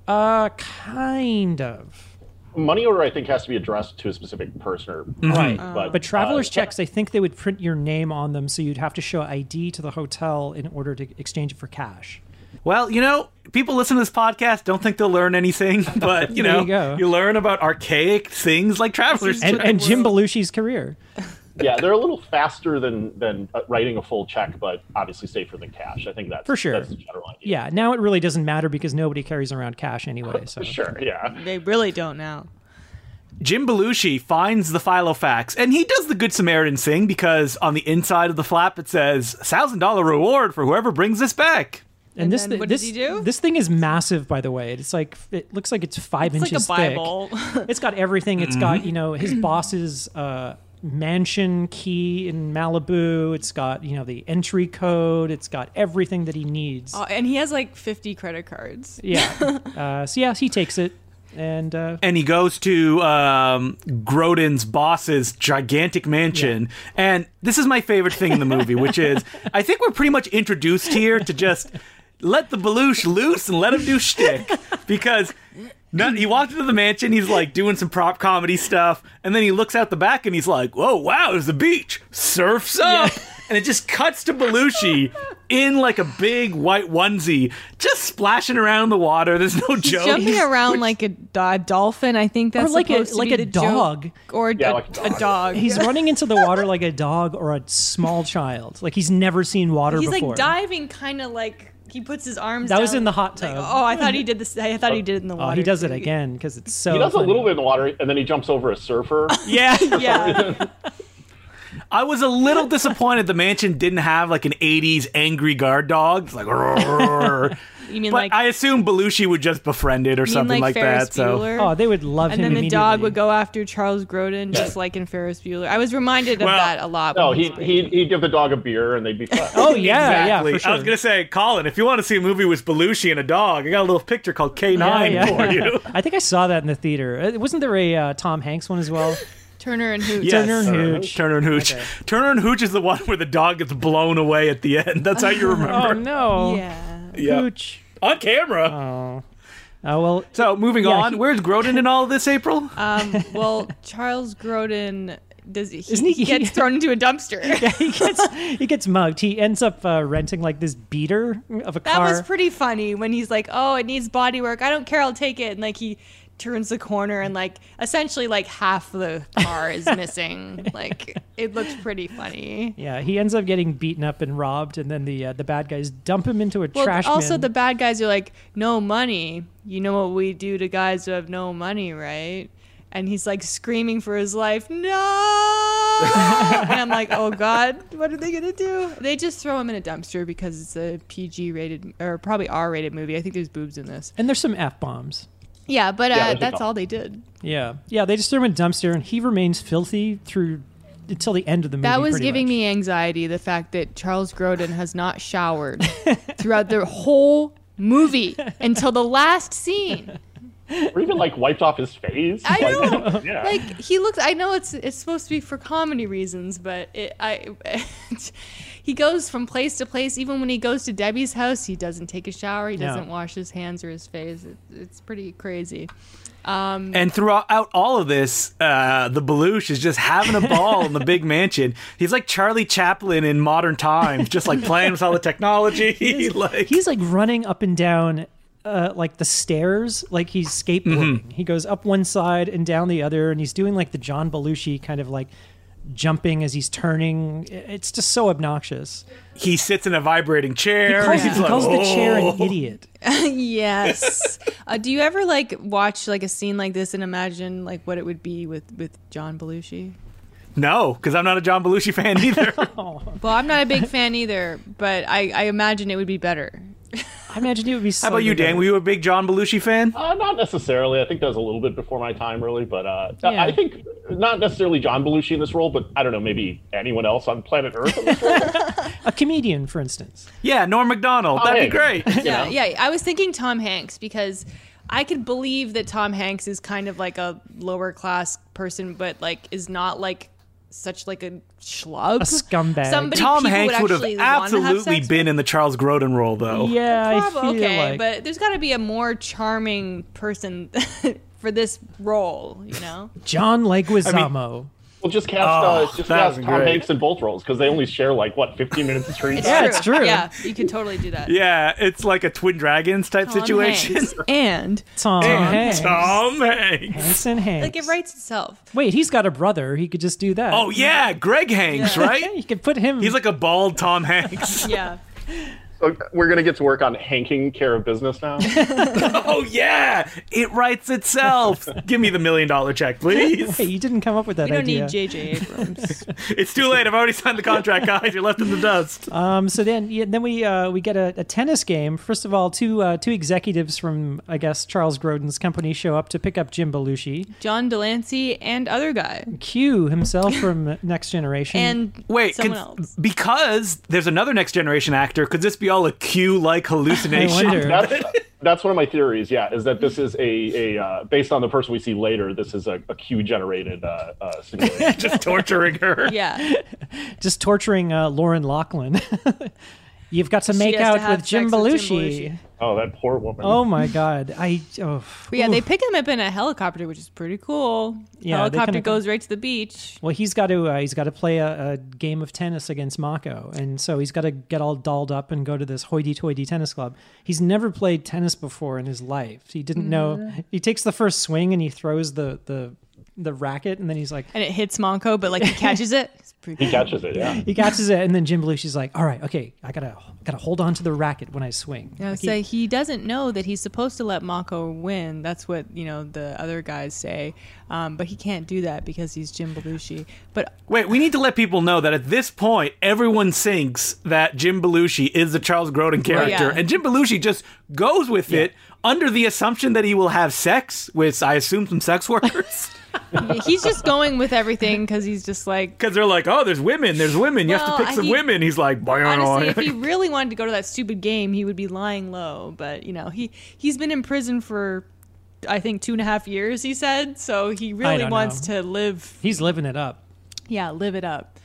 [SPEAKER 3] uh, kind of
[SPEAKER 4] Money order, I think, has to be addressed to a specific person or
[SPEAKER 3] Mm-hmm. right
[SPEAKER 4] but,
[SPEAKER 3] but travelers
[SPEAKER 4] uh,
[SPEAKER 3] checks i think they would print your name on them so you'd have to show id to the hotel in order to exchange it for cash
[SPEAKER 2] Well, you know, people listen to this podcast don't think they'll learn anything, but you
[SPEAKER 3] There
[SPEAKER 2] know,
[SPEAKER 3] you go.
[SPEAKER 2] learn about archaic things like traveler's
[SPEAKER 3] and,
[SPEAKER 2] check.
[SPEAKER 3] and jim belushi's career
[SPEAKER 4] yeah, they're a little faster than than uh, writing a full check, but obviously safer than cash. I think that's
[SPEAKER 3] For sure.
[SPEAKER 4] That's the general idea.
[SPEAKER 3] Yeah, now it really doesn't matter because nobody carries around cash anyway. So
[SPEAKER 4] Sure. Yeah.
[SPEAKER 1] They really don't now.
[SPEAKER 2] Jim Belushi finds the Filofax, and he does the Good Samaritan thing because on the inside of the flap it says thousand dollar reward for whoever brings this back.
[SPEAKER 3] and this
[SPEAKER 1] then
[SPEAKER 3] thi-
[SPEAKER 1] what does
[SPEAKER 3] this
[SPEAKER 1] he do?
[SPEAKER 3] this thing is massive, by the way. It's like it looks like it's five
[SPEAKER 1] It's like a
[SPEAKER 3] inches
[SPEAKER 1] Bible.
[SPEAKER 3] thick. It's got everything. It's got
[SPEAKER 4] Mm-hmm.
[SPEAKER 3] you know his boss's uh, mansion key in Malibu. It's got you know the entry code. It's got everything that he needs.
[SPEAKER 1] Oh, and he has like 50 credit cards.
[SPEAKER 3] yeah. uh, so yeah, he takes it, and uh,
[SPEAKER 2] And he goes to um, Grodin's boss's gigantic mansion. And this is my favorite thing in the movie, which is I think we're pretty much introduced here to just let the Belush loose and let him do shtick because. None, he walked into the mansion. He's like doing some prop comedy stuff, and then he looks out the back and he's like, "Whoa, wow, there's the beach. Surfs up!" And it just cuts to Belushi in like a big white onesie, just splashing around in the water. There's no
[SPEAKER 1] He's
[SPEAKER 2] joke.
[SPEAKER 1] jumping around like a do- dolphin. I think that's
[SPEAKER 3] like a-
[SPEAKER 1] supposed to
[SPEAKER 3] like
[SPEAKER 1] be
[SPEAKER 3] a
[SPEAKER 1] the
[SPEAKER 3] dog.
[SPEAKER 1] joke. or a,
[SPEAKER 4] Yeah, like a dog.
[SPEAKER 1] a dog.
[SPEAKER 3] he's running into the water like a dog or a small child. Like he's never seen water
[SPEAKER 1] He's
[SPEAKER 3] before.
[SPEAKER 1] like diving, kind of like he puts his arms.
[SPEAKER 3] That was
[SPEAKER 1] down,
[SPEAKER 3] in the hot
[SPEAKER 1] like,
[SPEAKER 3] tub.
[SPEAKER 1] oh, I thought he did this. I thought he did it in the
[SPEAKER 3] Oh,
[SPEAKER 1] water.
[SPEAKER 3] he does it
[SPEAKER 1] too.
[SPEAKER 3] again because it's so.
[SPEAKER 4] He does a
[SPEAKER 3] funny.
[SPEAKER 4] little bit in the water, and then he jumps over a surfer.
[SPEAKER 2] yeah,
[SPEAKER 1] Yeah,
[SPEAKER 2] I was a little disappointed the mansion didn't have like an 80s angry guard dog. It's like, "Roar."
[SPEAKER 1] you mean
[SPEAKER 2] but
[SPEAKER 1] like
[SPEAKER 2] I assume Belushi would just befriend it or
[SPEAKER 1] you mean
[SPEAKER 2] something
[SPEAKER 1] like,
[SPEAKER 2] like,
[SPEAKER 1] Ferris
[SPEAKER 2] that. So.
[SPEAKER 1] Bueller?
[SPEAKER 3] Oh, they would love
[SPEAKER 1] and
[SPEAKER 3] him.
[SPEAKER 1] then the dog
[SPEAKER 3] immediately.
[SPEAKER 1] would go after Charles Grodin, just like in Ferris Bueller. I was reminded of
[SPEAKER 2] Well,
[SPEAKER 1] that a lot.
[SPEAKER 4] No,
[SPEAKER 1] when
[SPEAKER 4] he
[SPEAKER 1] was
[SPEAKER 4] he
[SPEAKER 1] breaking.
[SPEAKER 4] he'd give the dog a beer, and they'd be fine.
[SPEAKER 3] Oh yeah,
[SPEAKER 2] Exactly.
[SPEAKER 3] yeah. For sure.
[SPEAKER 2] I was gonna say, Colin, if you want to see a movie with Belushi and a dog, I got a little picture called K9
[SPEAKER 3] Yeah, yeah.
[SPEAKER 2] for you.
[SPEAKER 3] I think I saw that in the theater. Uh, Wasn't there a uh, Tom Hanks one as well?
[SPEAKER 1] Turner and Hooch.
[SPEAKER 2] Yes.
[SPEAKER 3] Turner and Hooch.
[SPEAKER 2] Turner and Hooch. Turner and Hooch is the one where the dog gets blown away at the end. That's how you
[SPEAKER 3] Oh
[SPEAKER 2] remember.
[SPEAKER 3] no,
[SPEAKER 1] Yeah.
[SPEAKER 2] Yeah.
[SPEAKER 3] Hooch.
[SPEAKER 2] On camera.
[SPEAKER 3] Oh, oh well.
[SPEAKER 2] so moving
[SPEAKER 3] Yeah,
[SPEAKER 2] on,
[SPEAKER 3] he-
[SPEAKER 2] where's Grodin in all of this, April?
[SPEAKER 1] Um, well, Charles Grodin does. He,
[SPEAKER 3] Isn't he-
[SPEAKER 1] gets thrown into a dumpster.
[SPEAKER 3] He gets he gets mugged. He ends up uh, renting like this beater of a
[SPEAKER 1] That
[SPEAKER 3] car.
[SPEAKER 1] was pretty funny when he's like, "Oh, it needs body work. I don't care. I'll take it." And like he turns the corner and like essentially like half the car is missing. like it looked pretty funny.
[SPEAKER 3] yeah, he ends up getting beaten up and robbed, and then the uh, the bad guys dump him into a
[SPEAKER 1] Well,
[SPEAKER 3] trash.
[SPEAKER 1] also
[SPEAKER 3] man.
[SPEAKER 1] the bad guys are like, "No money. You know what we do to guys who have no money, right?" And he's like screaming for his life, no! and I'm like, oh God, what are they gonna do? They just throw him in a dumpster because it's a PG rated or probably R rated movie. I think there's boobs in this.
[SPEAKER 3] and there's some f bombs.
[SPEAKER 1] Yeah, but uh,
[SPEAKER 4] Yeah, there's a
[SPEAKER 1] that's
[SPEAKER 4] couple.
[SPEAKER 1] all they did.
[SPEAKER 3] Yeah, yeah. They just threw him in a dumpster, and he remains filthy through until the end of the movie.
[SPEAKER 1] That was
[SPEAKER 3] pretty
[SPEAKER 1] giving
[SPEAKER 3] much.
[SPEAKER 1] me anxiety, the fact that Charles Grodin has not showered throughout the whole movie until the last scene.
[SPEAKER 4] or even like wiped off his face.
[SPEAKER 1] I
[SPEAKER 4] Like,
[SPEAKER 1] know.
[SPEAKER 4] Yeah.
[SPEAKER 1] Like he looks I know it's it's supposed to be for comedy reasons, but it, I he goes from place to place. Even when he goes to Debbie's house, he doesn't take a shower. He
[SPEAKER 3] Yeah.
[SPEAKER 1] doesn't wash his hands or his face. It, it's pretty crazy. Um,
[SPEAKER 2] And throughout all of this, uh, the Belush is just having a ball in the big mansion. He's like Charlie Chaplin in modern times, just like playing with all the technology. like
[SPEAKER 3] He's like running up and down uh, like the stairs, like he's skateboarding.
[SPEAKER 2] Mm-hmm.
[SPEAKER 3] He goes up one side and down the other, and he's doing like the John Belushi kind of like jumping as he's turning. I- It's just so obnoxious.
[SPEAKER 2] he sits in a vibrating
[SPEAKER 3] He
[SPEAKER 2] chair.
[SPEAKER 3] calls,
[SPEAKER 2] He's
[SPEAKER 3] he
[SPEAKER 2] like,
[SPEAKER 3] calls the chair
[SPEAKER 2] "Oh."
[SPEAKER 3] an idiot.
[SPEAKER 1] yes. uh, do you ever like watch like a scene like this and imagine like what it would be with with John Belushi?
[SPEAKER 2] No, because I'm not a John Belushi fan either.
[SPEAKER 1] Oh, Well, I'm not a big fan either, but I, I imagine it would be better.
[SPEAKER 3] I imagine it would be.
[SPEAKER 2] How about you, Dan? Were you a big John Belushi fan?
[SPEAKER 4] Uh, not necessarily. I think that was a little bit before my time, really. But uh,
[SPEAKER 3] Yeah.
[SPEAKER 4] I think not necessarily John Belushi in this role, but I don't know, maybe anyone else on planet Earth. In this role.
[SPEAKER 3] a comedian, for instance?
[SPEAKER 2] Yeah, Norm Macdonald.
[SPEAKER 4] Oh,
[SPEAKER 2] That'd be
[SPEAKER 4] hey.
[SPEAKER 2] great.
[SPEAKER 4] You
[SPEAKER 1] Yeah,
[SPEAKER 4] know?
[SPEAKER 1] yeah. I was thinking Tom Hanks because I could believe that Tom Hanks is kind of like a lower class person, but like is not like such like a schlub,
[SPEAKER 3] A scumbag.
[SPEAKER 1] Somebody
[SPEAKER 2] Tom
[SPEAKER 1] people
[SPEAKER 2] Hanks would have
[SPEAKER 1] actually wanna have
[SPEAKER 2] absolutely
[SPEAKER 1] sex
[SPEAKER 2] been
[SPEAKER 1] with.
[SPEAKER 2] in the Charles Grodin role, though.
[SPEAKER 3] Yeah, I feel
[SPEAKER 1] Probably okay,
[SPEAKER 3] like
[SPEAKER 1] but there's got to be a more charming person for this role, you know?
[SPEAKER 3] John Leguizamo.
[SPEAKER 4] Well, just cast
[SPEAKER 2] Oh,
[SPEAKER 4] uh, just
[SPEAKER 2] that
[SPEAKER 4] cast
[SPEAKER 2] would've been
[SPEAKER 4] Tom
[SPEAKER 2] great.
[SPEAKER 4] Hanks in both roles because they only share like what 15 minutes of screen
[SPEAKER 3] Yeah,
[SPEAKER 4] time.
[SPEAKER 3] it's true.
[SPEAKER 1] Yeah, you could totally do that.
[SPEAKER 2] Yeah, it's like a Twin Dragons type
[SPEAKER 1] Tom
[SPEAKER 2] situation.
[SPEAKER 1] Hanks and
[SPEAKER 3] Tom Hanks.
[SPEAKER 2] Tom Hanks.
[SPEAKER 3] Hanson Hanks.
[SPEAKER 1] like it writes itself.
[SPEAKER 3] Wait, he's got a brother. He could just do that.
[SPEAKER 2] Oh yeah, Greg Hanks,
[SPEAKER 3] yeah,
[SPEAKER 2] right?
[SPEAKER 3] you could put him.
[SPEAKER 2] He's like a bald Tom Hanks.
[SPEAKER 1] Yeah.
[SPEAKER 4] So We're gonna get to work on hanking care of business now.
[SPEAKER 2] oh yeah, it writes itself. Give me the million dollar check, please.
[SPEAKER 3] Hey, you didn't come up with that
[SPEAKER 1] We don't
[SPEAKER 3] idea.
[SPEAKER 1] need J.J. Abrams.
[SPEAKER 2] It's too late. I've already signed the contract, guys. You're left in the dust.
[SPEAKER 3] Um, so then, yeah, then we uh, we get a, a tennis game. First of all, two uh, two executives from I guess Charles Grodin's company show up to pick up Jim Belushi.
[SPEAKER 1] John Delancey and other guy.
[SPEAKER 3] Q himself from Next Generation.
[SPEAKER 1] And
[SPEAKER 2] Wait,
[SPEAKER 1] someone
[SPEAKER 2] could-
[SPEAKER 1] else.
[SPEAKER 2] because there's another next generation actor. Could this be all a Q like
[SPEAKER 3] I
[SPEAKER 2] hallucination?
[SPEAKER 3] wonder.
[SPEAKER 4] That's that's one of my theories. Yeah, is that this is a a uh, based on the person we see later. This is a, a Q generated uh, uh, simulation.
[SPEAKER 2] Just torturing her.
[SPEAKER 1] Yeah.
[SPEAKER 3] Just torturing uh, Lauren Lachlan. You've got to make
[SPEAKER 1] has to
[SPEAKER 3] out
[SPEAKER 1] have
[SPEAKER 3] with Jim
[SPEAKER 1] sex with
[SPEAKER 3] Belushi.
[SPEAKER 1] Jim Belushi.
[SPEAKER 4] oh, that poor woman.
[SPEAKER 3] Oh my God! I oh
[SPEAKER 1] But yeah, they pick him up in a helicopter, which is pretty cool.
[SPEAKER 3] Yeah, they
[SPEAKER 1] helicopter
[SPEAKER 3] kinda-
[SPEAKER 1] goes right to the beach.
[SPEAKER 3] Well, he's got to uh, he's got to play a, a game of tennis against Mako, and so he's got to get all dolled up and go to this hoity-toity tennis club. He's never played tennis before in his life. He didn't know.
[SPEAKER 1] Mm-hmm.
[SPEAKER 3] He takes the first swing and he throws the the the racket, and then he's like.
[SPEAKER 1] And it hits Monko, but like he catches it. It's pretty
[SPEAKER 4] He catches it. Yeah.
[SPEAKER 3] He catches it, and then Jim Belushi's like, "All right, okay, I gotta, gotta hold on to the racket when I swing."
[SPEAKER 1] No,
[SPEAKER 3] Like,
[SPEAKER 1] so he doesn't know that he's supposed to let Mako win. That's what you know the other guys say, um, but he can't do that because he's Jim Belushi. But
[SPEAKER 2] Wait, we need to let people know that at this point, everyone thinks that Jim Belushi is the Charles Grodin character,
[SPEAKER 1] Yeah.
[SPEAKER 2] and Jim Belushi just goes with it under the assumption that he will have sex with, I assume, some sex workers.
[SPEAKER 1] he's just going with everything because he's just like.
[SPEAKER 2] Because they're like, oh, there's women, there's women, you have to
[SPEAKER 1] Well,
[SPEAKER 2] pick
[SPEAKER 1] I-
[SPEAKER 2] some
[SPEAKER 1] he-
[SPEAKER 2] women. He's like,
[SPEAKER 1] Honestly, if he really wanted to go to that stupid game, he would be lying low. But you know, he he's been in prison for, I think, two and a half years. He said so. He really
[SPEAKER 3] don't
[SPEAKER 1] wants
[SPEAKER 3] know.
[SPEAKER 1] to live
[SPEAKER 3] he's living it up.
[SPEAKER 1] Yeah, live it up.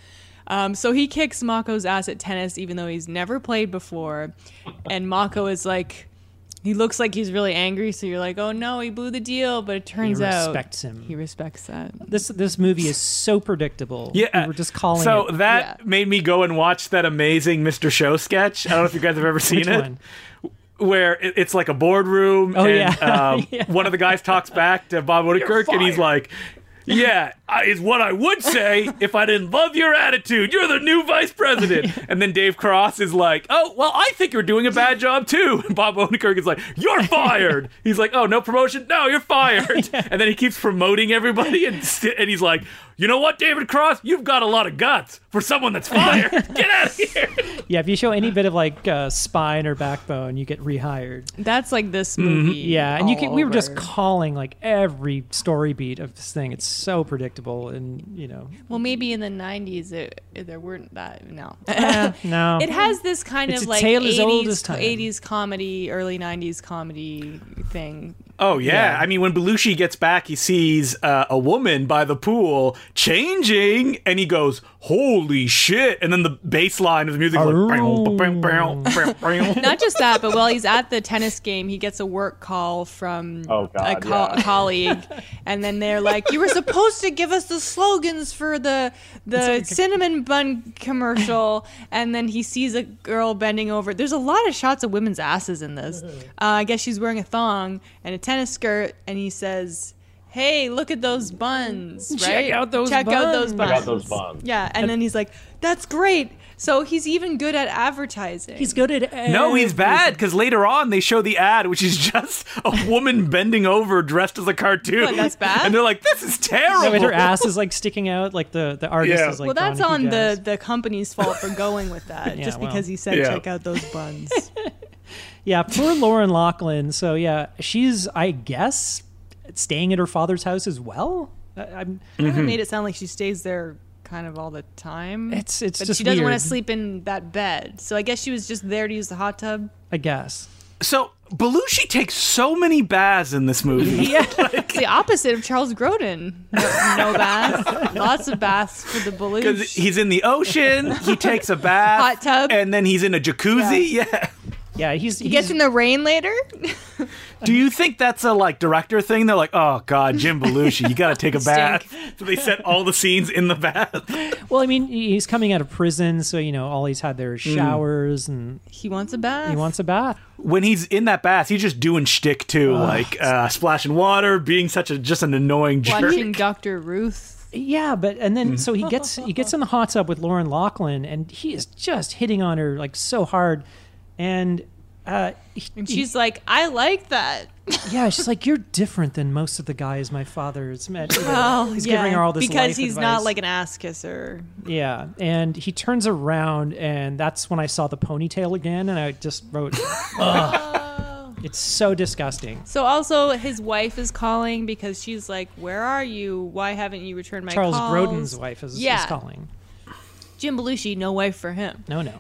[SPEAKER 1] Um, so he kicks Mako's ass at tennis, even though he's never played before. And Mako is like, he looks like he's really angry. So you're like, oh no, he blew the deal. But it turns
[SPEAKER 3] He
[SPEAKER 1] out
[SPEAKER 3] respects him.
[SPEAKER 1] he respects that.
[SPEAKER 3] This this movie is so predictable.
[SPEAKER 2] yeah,
[SPEAKER 3] we were just calling.
[SPEAKER 2] So
[SPEAKER 3] it.
[SPEAKER 2] that
[SPEAKER 1] Yeah.
[SPEAKER 2] made me go and watch that amazing Mr. Show sketch. I don't know if you guys have ever seen
[SPEAKER 3] Which
[SPEAKER 2] it.
[SPEAKER 3] one?
[SPEAKER 2] where it- it's like a boardroom
[SPEAKER 3] Oh,
[SPEAKER 2] and
[SPEAKER 3] yeah.
[SPEAKER 2] um,
[SPEAKER 3] Yeah.
[SPEAKER 2] one of the guys talks back to Bob Woodkirk and he's like yeah I, is what i would say if i didn't love your attitude you're the new vice president and then dave cross is like oh well i think you're doing a bad job too and bob Odenkirk is like you're fired he's like oh no promotion no you're fired and then he keeps promoting everybody and, st- and he's like you know what david cross you've got a lot of guts for someone that's fired get out of here
[SPEAKER 3] Yeah, if you show any bit of like uh, spine or backbone, you get rehired.
[SPEAKER 1] That's like this movie.
[SPEAKER 3] Mm-hmm. Yeah, and you
[SPEAKER 1] all
[SPEAKER 3] can, we were just
[SPEAKER 1] over.
[SPEAKER 3] calling like every story beat of this thing. It's so predictable, and you know,
[SPEAKER 1] Well, maybe in the 90s, it, it- there weren't that. No.
[SPEAKER 3] eh, no,
[SPEAKER 1] It has this kind
[SPEAKER 3] It's
[SPEAKER 1] of
[SPEAKER 3] a
[SPEAKER 1] like
[SPEAKER 3] tale as old
[SPEAKER 1] 80s,
[SPEAKER 3] as time.
[SPEAKER 1] 80s comedy, early 90s comedy thing.
[SPEAKER 2] Oh yeah. I mean, when Belushi gets back, he sees uh, a woman by the pool changing, and he goes, "Holy shit!" And then the bass line of the music is like, "Bow, bow, bow, bow, bow, bow."
[SPEAKER 1] Not just that, but while he's at the tennis game, he gets a work call from
[SPEAKER 4] Oh, God,
[SPEAKER 1] a, col-
[SPEAKER 4] yeah.
[SPEAKER 1] a colleague, and then they're like, "You were supposed to give us the slogans for the the cinnamon bun commercial." And then he sees a girl bending over. There's a lot of shots of women's asses in this. Uh, I guess she's wearing a thong and a tennis skirt, and he says. Hey, look at those buns! Right?
[SPEAKER 3] Check out those
[SPEAKER 1] Check out those
[SPEAKER 3] buns."
[SPEAKER 1] buns.
[SPEAKER 3] Check
[SPEAKER 4] out those buns.
[SPEAKER 1] Yeah, and then he's like, "That's great." So he's even good at advertising.
[SPEAKER 3] He's good at
[SPEAKER 2] No, he's
[SPEAKER 3] everything.
[SPEAKER 2] bad because later on they show the ad, which is just a woman bending over dressed as a cartoon.
[SPEAKER 1] What, that's bad?
[SPEAKER 2] And they're like, "This is terrible."
[SPEAKER 3] With her ass is like sticking out, like the the artist
[SPEAKER 2] Yeah.
[SPEAKER 3] is like.
[SPEAKER 1] well, that's
[SPEAKER 3] Veronica
[SPEAKER 1] on
[SPEAKER 3] Guess.
[SPEAKER 1] the, the company's fault for going with that,
[SPEAKER 3] Yeah,
[SPEAKER 1] just
[SPEAKER 3] well.
[SPEAKER 1] because he said,
[SPEAKER 2] Yeah.
[SPEAKER 1] check out those buns.
[SPEAKER 3] Yeah, poor Lauren Lachlan. So yeah, she's I guess staying at her father's house as well. I, I'm,
[SPEAKER 1] Kinda made it sound like she stays there kind of all the time.
[SPEAKER 3] It's- it's
[SPEAKER 1] but
[SPEAKER 3] just
[SPEAKER 1] she doesn't want
[SPEAKER 3] weird.
[SPEAKER 1] to sleep in that bed. So I guess she was just there to use the hot tub.
[SPEAKER 3] I guess.
[SPEAKER 2] So Belushi takes so many baths in this movie.
[SPEAKER 3] Yeah.
[SPEAKER 1] It's the opposite of Charles Grodin. No, no baths, lots of baths for the balloon.
[SPEAKER 2] Because he's in the ocean, he takes a bath,
[SPEAKER 1] Hot tub.
[SPEAKER 2] and then he's in a jacuzzi. Yeah.
[SPEAKER 3] Yeah, he's
[SPEAKER 1] He gets in the rain later.
[SPEAKER 2] Do you think that's a like director thing? They're like, oh god, Jim Belushi, you gotta take a bath. So they set all the scenes in the bath.
[SPEAKER 3] well. I mean, he's coming out of prison, so you know all he's had there is
[SPEAKER 2] Mm.
[SPEAKER 3] showers, and
[SPEAKER 1] He wants a bath.
[SPEAKER 3] he wants a bath.
[SPEAKER 2] When he's in that bath, he's just doing shtick too, like uh, splashing water, being such a just an annoying jerk.
[SPEAKER 1] watching Dr. Ruth.
[SPEAKER 3] Yeah, but and then so he gets he gets in the hot tub with Lauren Lachlan, and he is just hitting on her like so hard, and. Uh, he-
[SPEAKER 1] And she's like, I like that.
[SPEAKER 3] yeah, she's like, you're different than most of the guys my father's met. You know,
[SPEAKER 1] Oh,
[SPEAKER 3] he's
[SPEAKER 1] yeah.
[SPEAKER 3] giving her all this
[SPEAKER 1] because
[SPEAKER 3] life
[SPEAKER 1] he's
[SPEAKER 3] advice.
[SPEAKER 1] not like an ass kisser.
[SPEAKER 3] Yeah, and he turns around, and that's when I saw the ponytail again, and I just wrote,
[SPEAKER 1] Oh.
[SPEAKER 3] "Ugh." "It's so disgusting."
[SPEAKER 1] So also his wife is calling because she's like, "Where are you? Why haven't you returned my
[SPEAKER 3] Charles
[SPEAKER 1] calls?"
[SPEAKER 3] Grodin's wife is, is
[SPEAKER 1] Yeah.
[SPEAKER 3] calling.
[SPEAKER 1] Jim Belushi, no wife for him
[SPEAKER 3] No, no,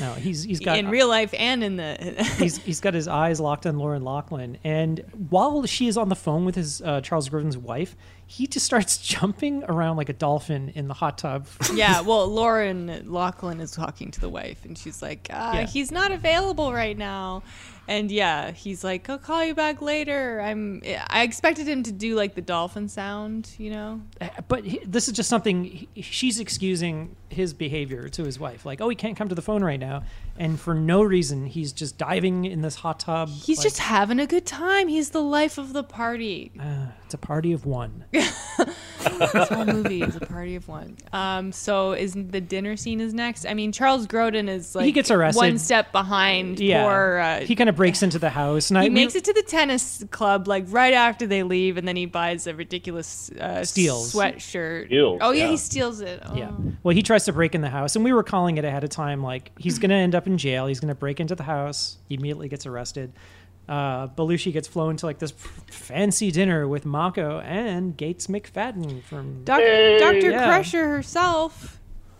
[SPEAKER 3] no. He's he's got
[SPEAKER 1] in real life and in the.
[SPEAKER 3] he's he's got his eyes locked on Lauren Lachlan, and while she is on the phone with his uh, Charles Grodin's wife, he just starts jumping around like a dolphin in the hot tub.
[SPEAKER 1] yeah, well, Lauren Lachlan is talking to the wife, and she's like, uh,
[SPEAKER 3] Yeah.
[SPEAKER 1] "He's not available right now." And yeah, he's like, "I'll call you back later." I'm. I expected him to do like the dolphin sound, you know.
[SPEAKER 3] But he, this is just something he, she's excusing his behavior to his wife, like, "Oh, he can't come to the phone right now," and for no reason, he's just diving in this hot tub.
[SPEAKER 1] He's
[SPEAKER 3] like,
[SPEAKER 1] just having a good time. He's the life of the party.
[SPEAKER 3] It's a party of one.
[SPEAKER 1] This whole movie is a party of one. Um, so is the dinner scene is next? I mean, Charles Grodin is like
[SPEAKER 3] gets arrested.
[SPEAKER 1] one step behind.
[SPEAKER 3] Yeah.
[SPEAKER 1] poor, uh,
[SPEAKER 3] he kind of breaks into the house and I
[SPEAKER 1] he makes it to the tennis club like right after they leave, and then he buys a ridiculous uh,
[SPEAKER 3] Steals.
[SPEAKER 1] sweatshirt.
[SPEAKER 4] Steals,
[SPEAKER 1] oh yeah,
[SPEAKER 4] yeah.
[SPEAKER 1] he steals it. Oh.
[SPEAKER 3] Yeah. Um, Well, he tries to break in the house and we were calling it ahead of time like he's going to end up in jail. He's going to break into the house. He immediately gets arrested. Uh, Belushi gets flown to like this f- fancy dinner with Mako and Gates McFadden from
[SPEAKER 1] Doc-
[SPEAKER 4] Hey.
[SPEAKER 1] Dr.
[SPEAKER 3] Yeah.
[SPEAKER 1] Crusher herself.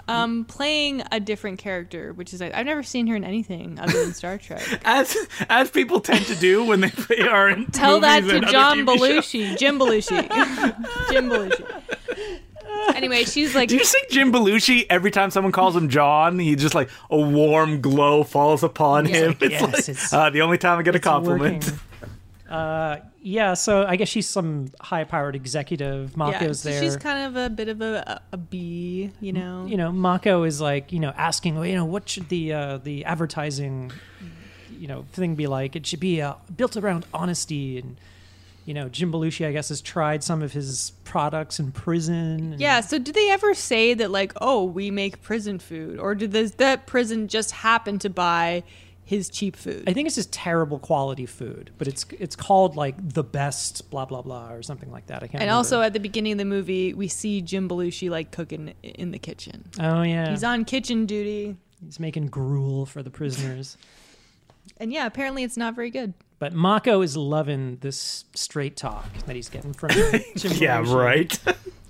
[SPEAKER 1] Um, playing a different character, which is I've never seen her in anything other than Star Trek.
[SPEAKER 2] As as people tend to do when they play are in
[SPEAKER 1] Tell that
[SPEAKER 2] movies
[SPEAKER 1] to
[SPEAKER 2] and other
[SPEAKER 1] John
[SPEAKER 2] TV shows.
[SPEAKER 1] Belushi, Jim Belushi, Jim Belushi. Anyway, she's like,
[SPEAKER 2] Do you think Jim Belushi every time someone calls him John, he just like a warm glow falls upon him? It's
[SPEAKER 3] yes,
[SPEAKER 2] like
[SPEAKER 3] it's-
[SPEAKER 2] uh, the only time I get a
[SPEAKER 3] It's
[SPEAKER 2] compliment.
[SPEAKER 3] working. Uh, yeah, so I guess she's some high-powered executive. Mako's
[SPEAKER 1] so
[SPEAKER 3] there. Mm,
[SPEAKER 1] She's kind of a bit of a, a bee, you know.
[SPEAKER 3] you know, Mako is like, you know, asking, well, you know, what should the uh, the advertising, you know, thing be like? It should be uh, built around honesty, and you know, Jim Belushi, I guess, has tried some of his products in prison. and-
[SPEAKER 1] Yeah. So, do they ever say that, like, oh, we make prison food, or did this, that prison just happen to buy his cheap food?
[SPEAKER 3] I think it's just terrible quality food, but it's it's called like the best, blah blah blah, or something like that. I can't.
[SPEAKER 1] And
[SPEAKER 3] remember.
[SPEAKER 1] also at the beginning of the movie, we see Jim Belushi like cooking in the kitchen.
[SPEAKER 3] oh yeah, he's,
[SPEAKER 1] He's on kitchen duty,
[SPEAKER 3] making gruel for the prisoners.
[SPEAKER 1] and yeah, apparently it's not very good.
[SPEAKER 3] But Mako is loving this straight talk that he's getting from Jim
[SPEAKER 2] Yeah,
[SPEAKER 3] Belushi.
[SPEAKER 2] right.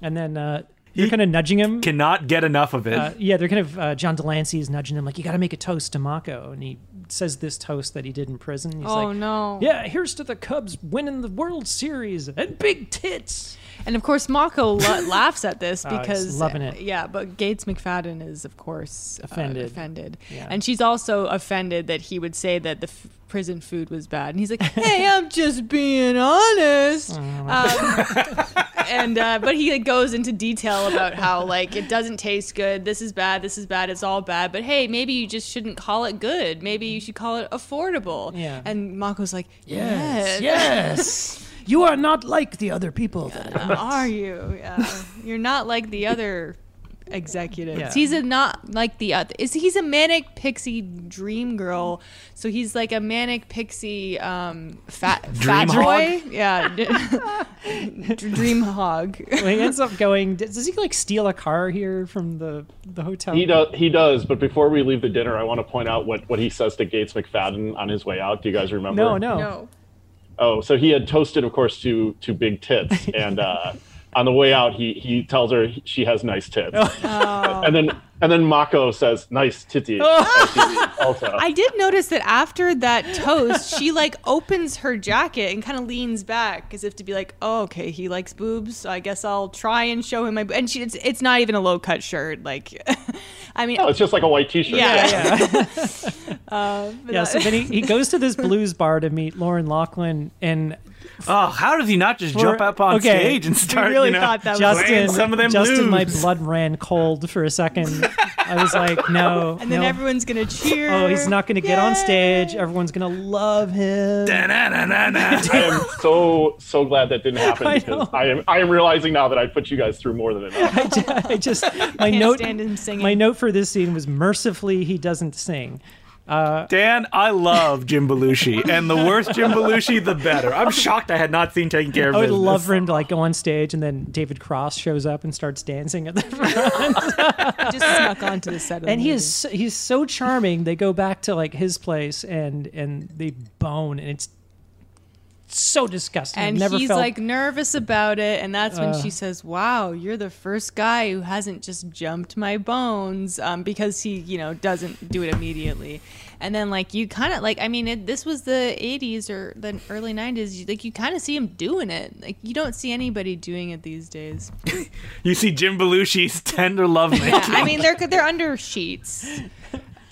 [SPEAKER 3] And then uh, you're kind of nudging him.
[SPEAKER 2] Cannot get enough of it.
[SPEAKER 3] uh, yeah, they're kind of uh, John Delancey is nudging him like you got to make a toast to Mako, and he says this toast that he did in prison. He's
[SPEAKER 1] Oh,
[SPEAKER 3] like,
[SPEAKER 1] no.
[SPEAKER 3] Yeah, here's to the Cubs winning the World Series and big tits.
[SPEAKER 1] And of course, Mako lo- laughs at this
[SPEAKER 3] Oh, he's
[SPEAKER 1] because
[SPEAKER 3] loving it.
[SPEAKER 1] Yeah, but Gates McFadden is of course uh,
[SPEAKER 3] Offended.
[SPEAKER 1] offended,
[SPEAKER 3] Yeah.
[SPEAKER 1] and she's also offended that he would say that the f- prison food was bad. And he's like, "Hey, I'm just being honest."
[SPEAKER 3] Oh,
[SPEAKER 1] Um, and uh, but he like, goes into detail about how like it doesn't taste good. This is bad. This is bad. It's all bad. But hey, maybe you just shouldn't call it good. Maybe you should call it affordable.
[SPEAKER 3] Yeah.
[SPEAKER 1] And Mako's like, "Yes,
[SPEAKER 3] Yes, yes. you are not like the other people. that are not."
[SPEAKER 1] are you? Yeah. You're not like the other executives.
[SPEAKER 3] Yeah.
[SPEAKER 1] He's a not like the other. Is he's a manic pixie dream girl? So he's like a manic pixie um, fat fat
[SPEAKER 2] Dream
[SPEAKER 1] boy. Yeah, d- dream hog.
[SPEAKER 3] Well, he ends up going. Does does he like steal a car here from the the hotel?
[SPEAKER 4] He does. He does. But before we leave the dinner, I want to point out what what he says to Gates McFadden on his way out. Do you guys remember?
[SPEAKER 3] No, no,
[SPEAKER 1] No.
[SPEAKER 4] Oh, so he had toasted, of course, to to big tits, and uh, on the way out, he he tells her he- she has nice tits,
[SPEAKER 3] Oh.
[SPEAKER 1] Oh.
[SPEAKER 4] and then and then Mako says nice titty.
[SPEAKER 3] Oh.
[SPEAKER 4] Also,
[SPEAKER 1] I did notice that after that toast, she like opens her jacket and kind of leans back as if to be like, "Oh, okay, he likes boobs. So I guess I'll try and show him my." bo-" And she, it's it's not even a low cut shirt. Like, I mean,
[SPEAKER 4] it's just like a white T-shirt.
[SPEAKER 1] yeah, Uh,
[SPEAKER 3] Yeah, so then he, he goes to this blues bar to meet Lauren Lachlan, and
[SPEAKER 2] Oh, how does he not just
[SPEAKER 3] For-
[SPEAKER 2] jump up on
[SPEAKER 3] okay,
[SPEAKER 2] stage and
[SPEAKER 3] we
[SPEAKER 2] start?
[SPEAKER 1] really
[SPEAKER 2] you know,
[SPEAKER 1] thought that was-
[SPEAKER 2] playing
[SPEAKER 3] Justin,
[SPEAKER 2] some of them
[SPEAKER 3] Justin,
[SPEAKER 2] blues?
[SPEAKER 3] my blood ran cold for a second. I was like, no,
[SPEAKER 1] And then
[SPEAKER 3] no.
[SPEAKER 1] everyone's gonna cheer.
[SPEAKER 3] Oh, he's not going to get on
[SPEAKER 1] Yay.
[SPEAKER 3] stage. Everyone's going to love him.
[SPEAKER 2] Da-na-na-na-na.
[SPEAKER 4] I am so so glad that didn't happen
[SPEAKER 3] I know.
[SPEAKER 4] because I am I am realizing now that I put you guys through more than enough.
[SPEAKER 3] I ju- I just my
[SPEAKER 1] Can't
[SPEAKER 3] note
[SPEAKER 1] stand him singing.
[SPEAKER 3] my note for this scene was mercifully he doesn't sing.
[SPEAKER 2] Dan, I love Jim Belushi, and the worse Jim Belushi, the better. I'm shocked I had not seen Taking Care of
[SPEAKER 3] I would
[SPEAKER 2] Business.
[SPEAKER 3] love for him to like go on stage and then David Cross shows up and starts dancing at the
[SPEAKER 1] just snuck onto the set. Of the
[SPEAKER 3] and he
[SPEAKER 1] movie.
[SPEAKER 3] is so, he's so charming. They go back to like his place and and they bone and it's so disgusting. I've
[SPEAKER 1] and
[SPEAKER 3] never
[SPEAKER 1] he's
[SPEAKER 3] felt
[SPEAKER 1] like nervous about it, and that's when she says, "Wow, you're the first guy who hasn't just jumped my bones," um, because he, you know, doesn't do it immediately. And then, like, you kind of like, I mean, it, this was the '80s or the early '90s. You, like, you kind of see him doing it. Like, you don't see anybody doing it these days.
[SPEAKER 2] You see Jim Belushi's tender lovemaking.
[SPEAKER 1] Yeah, I mean, they're they're under sheets.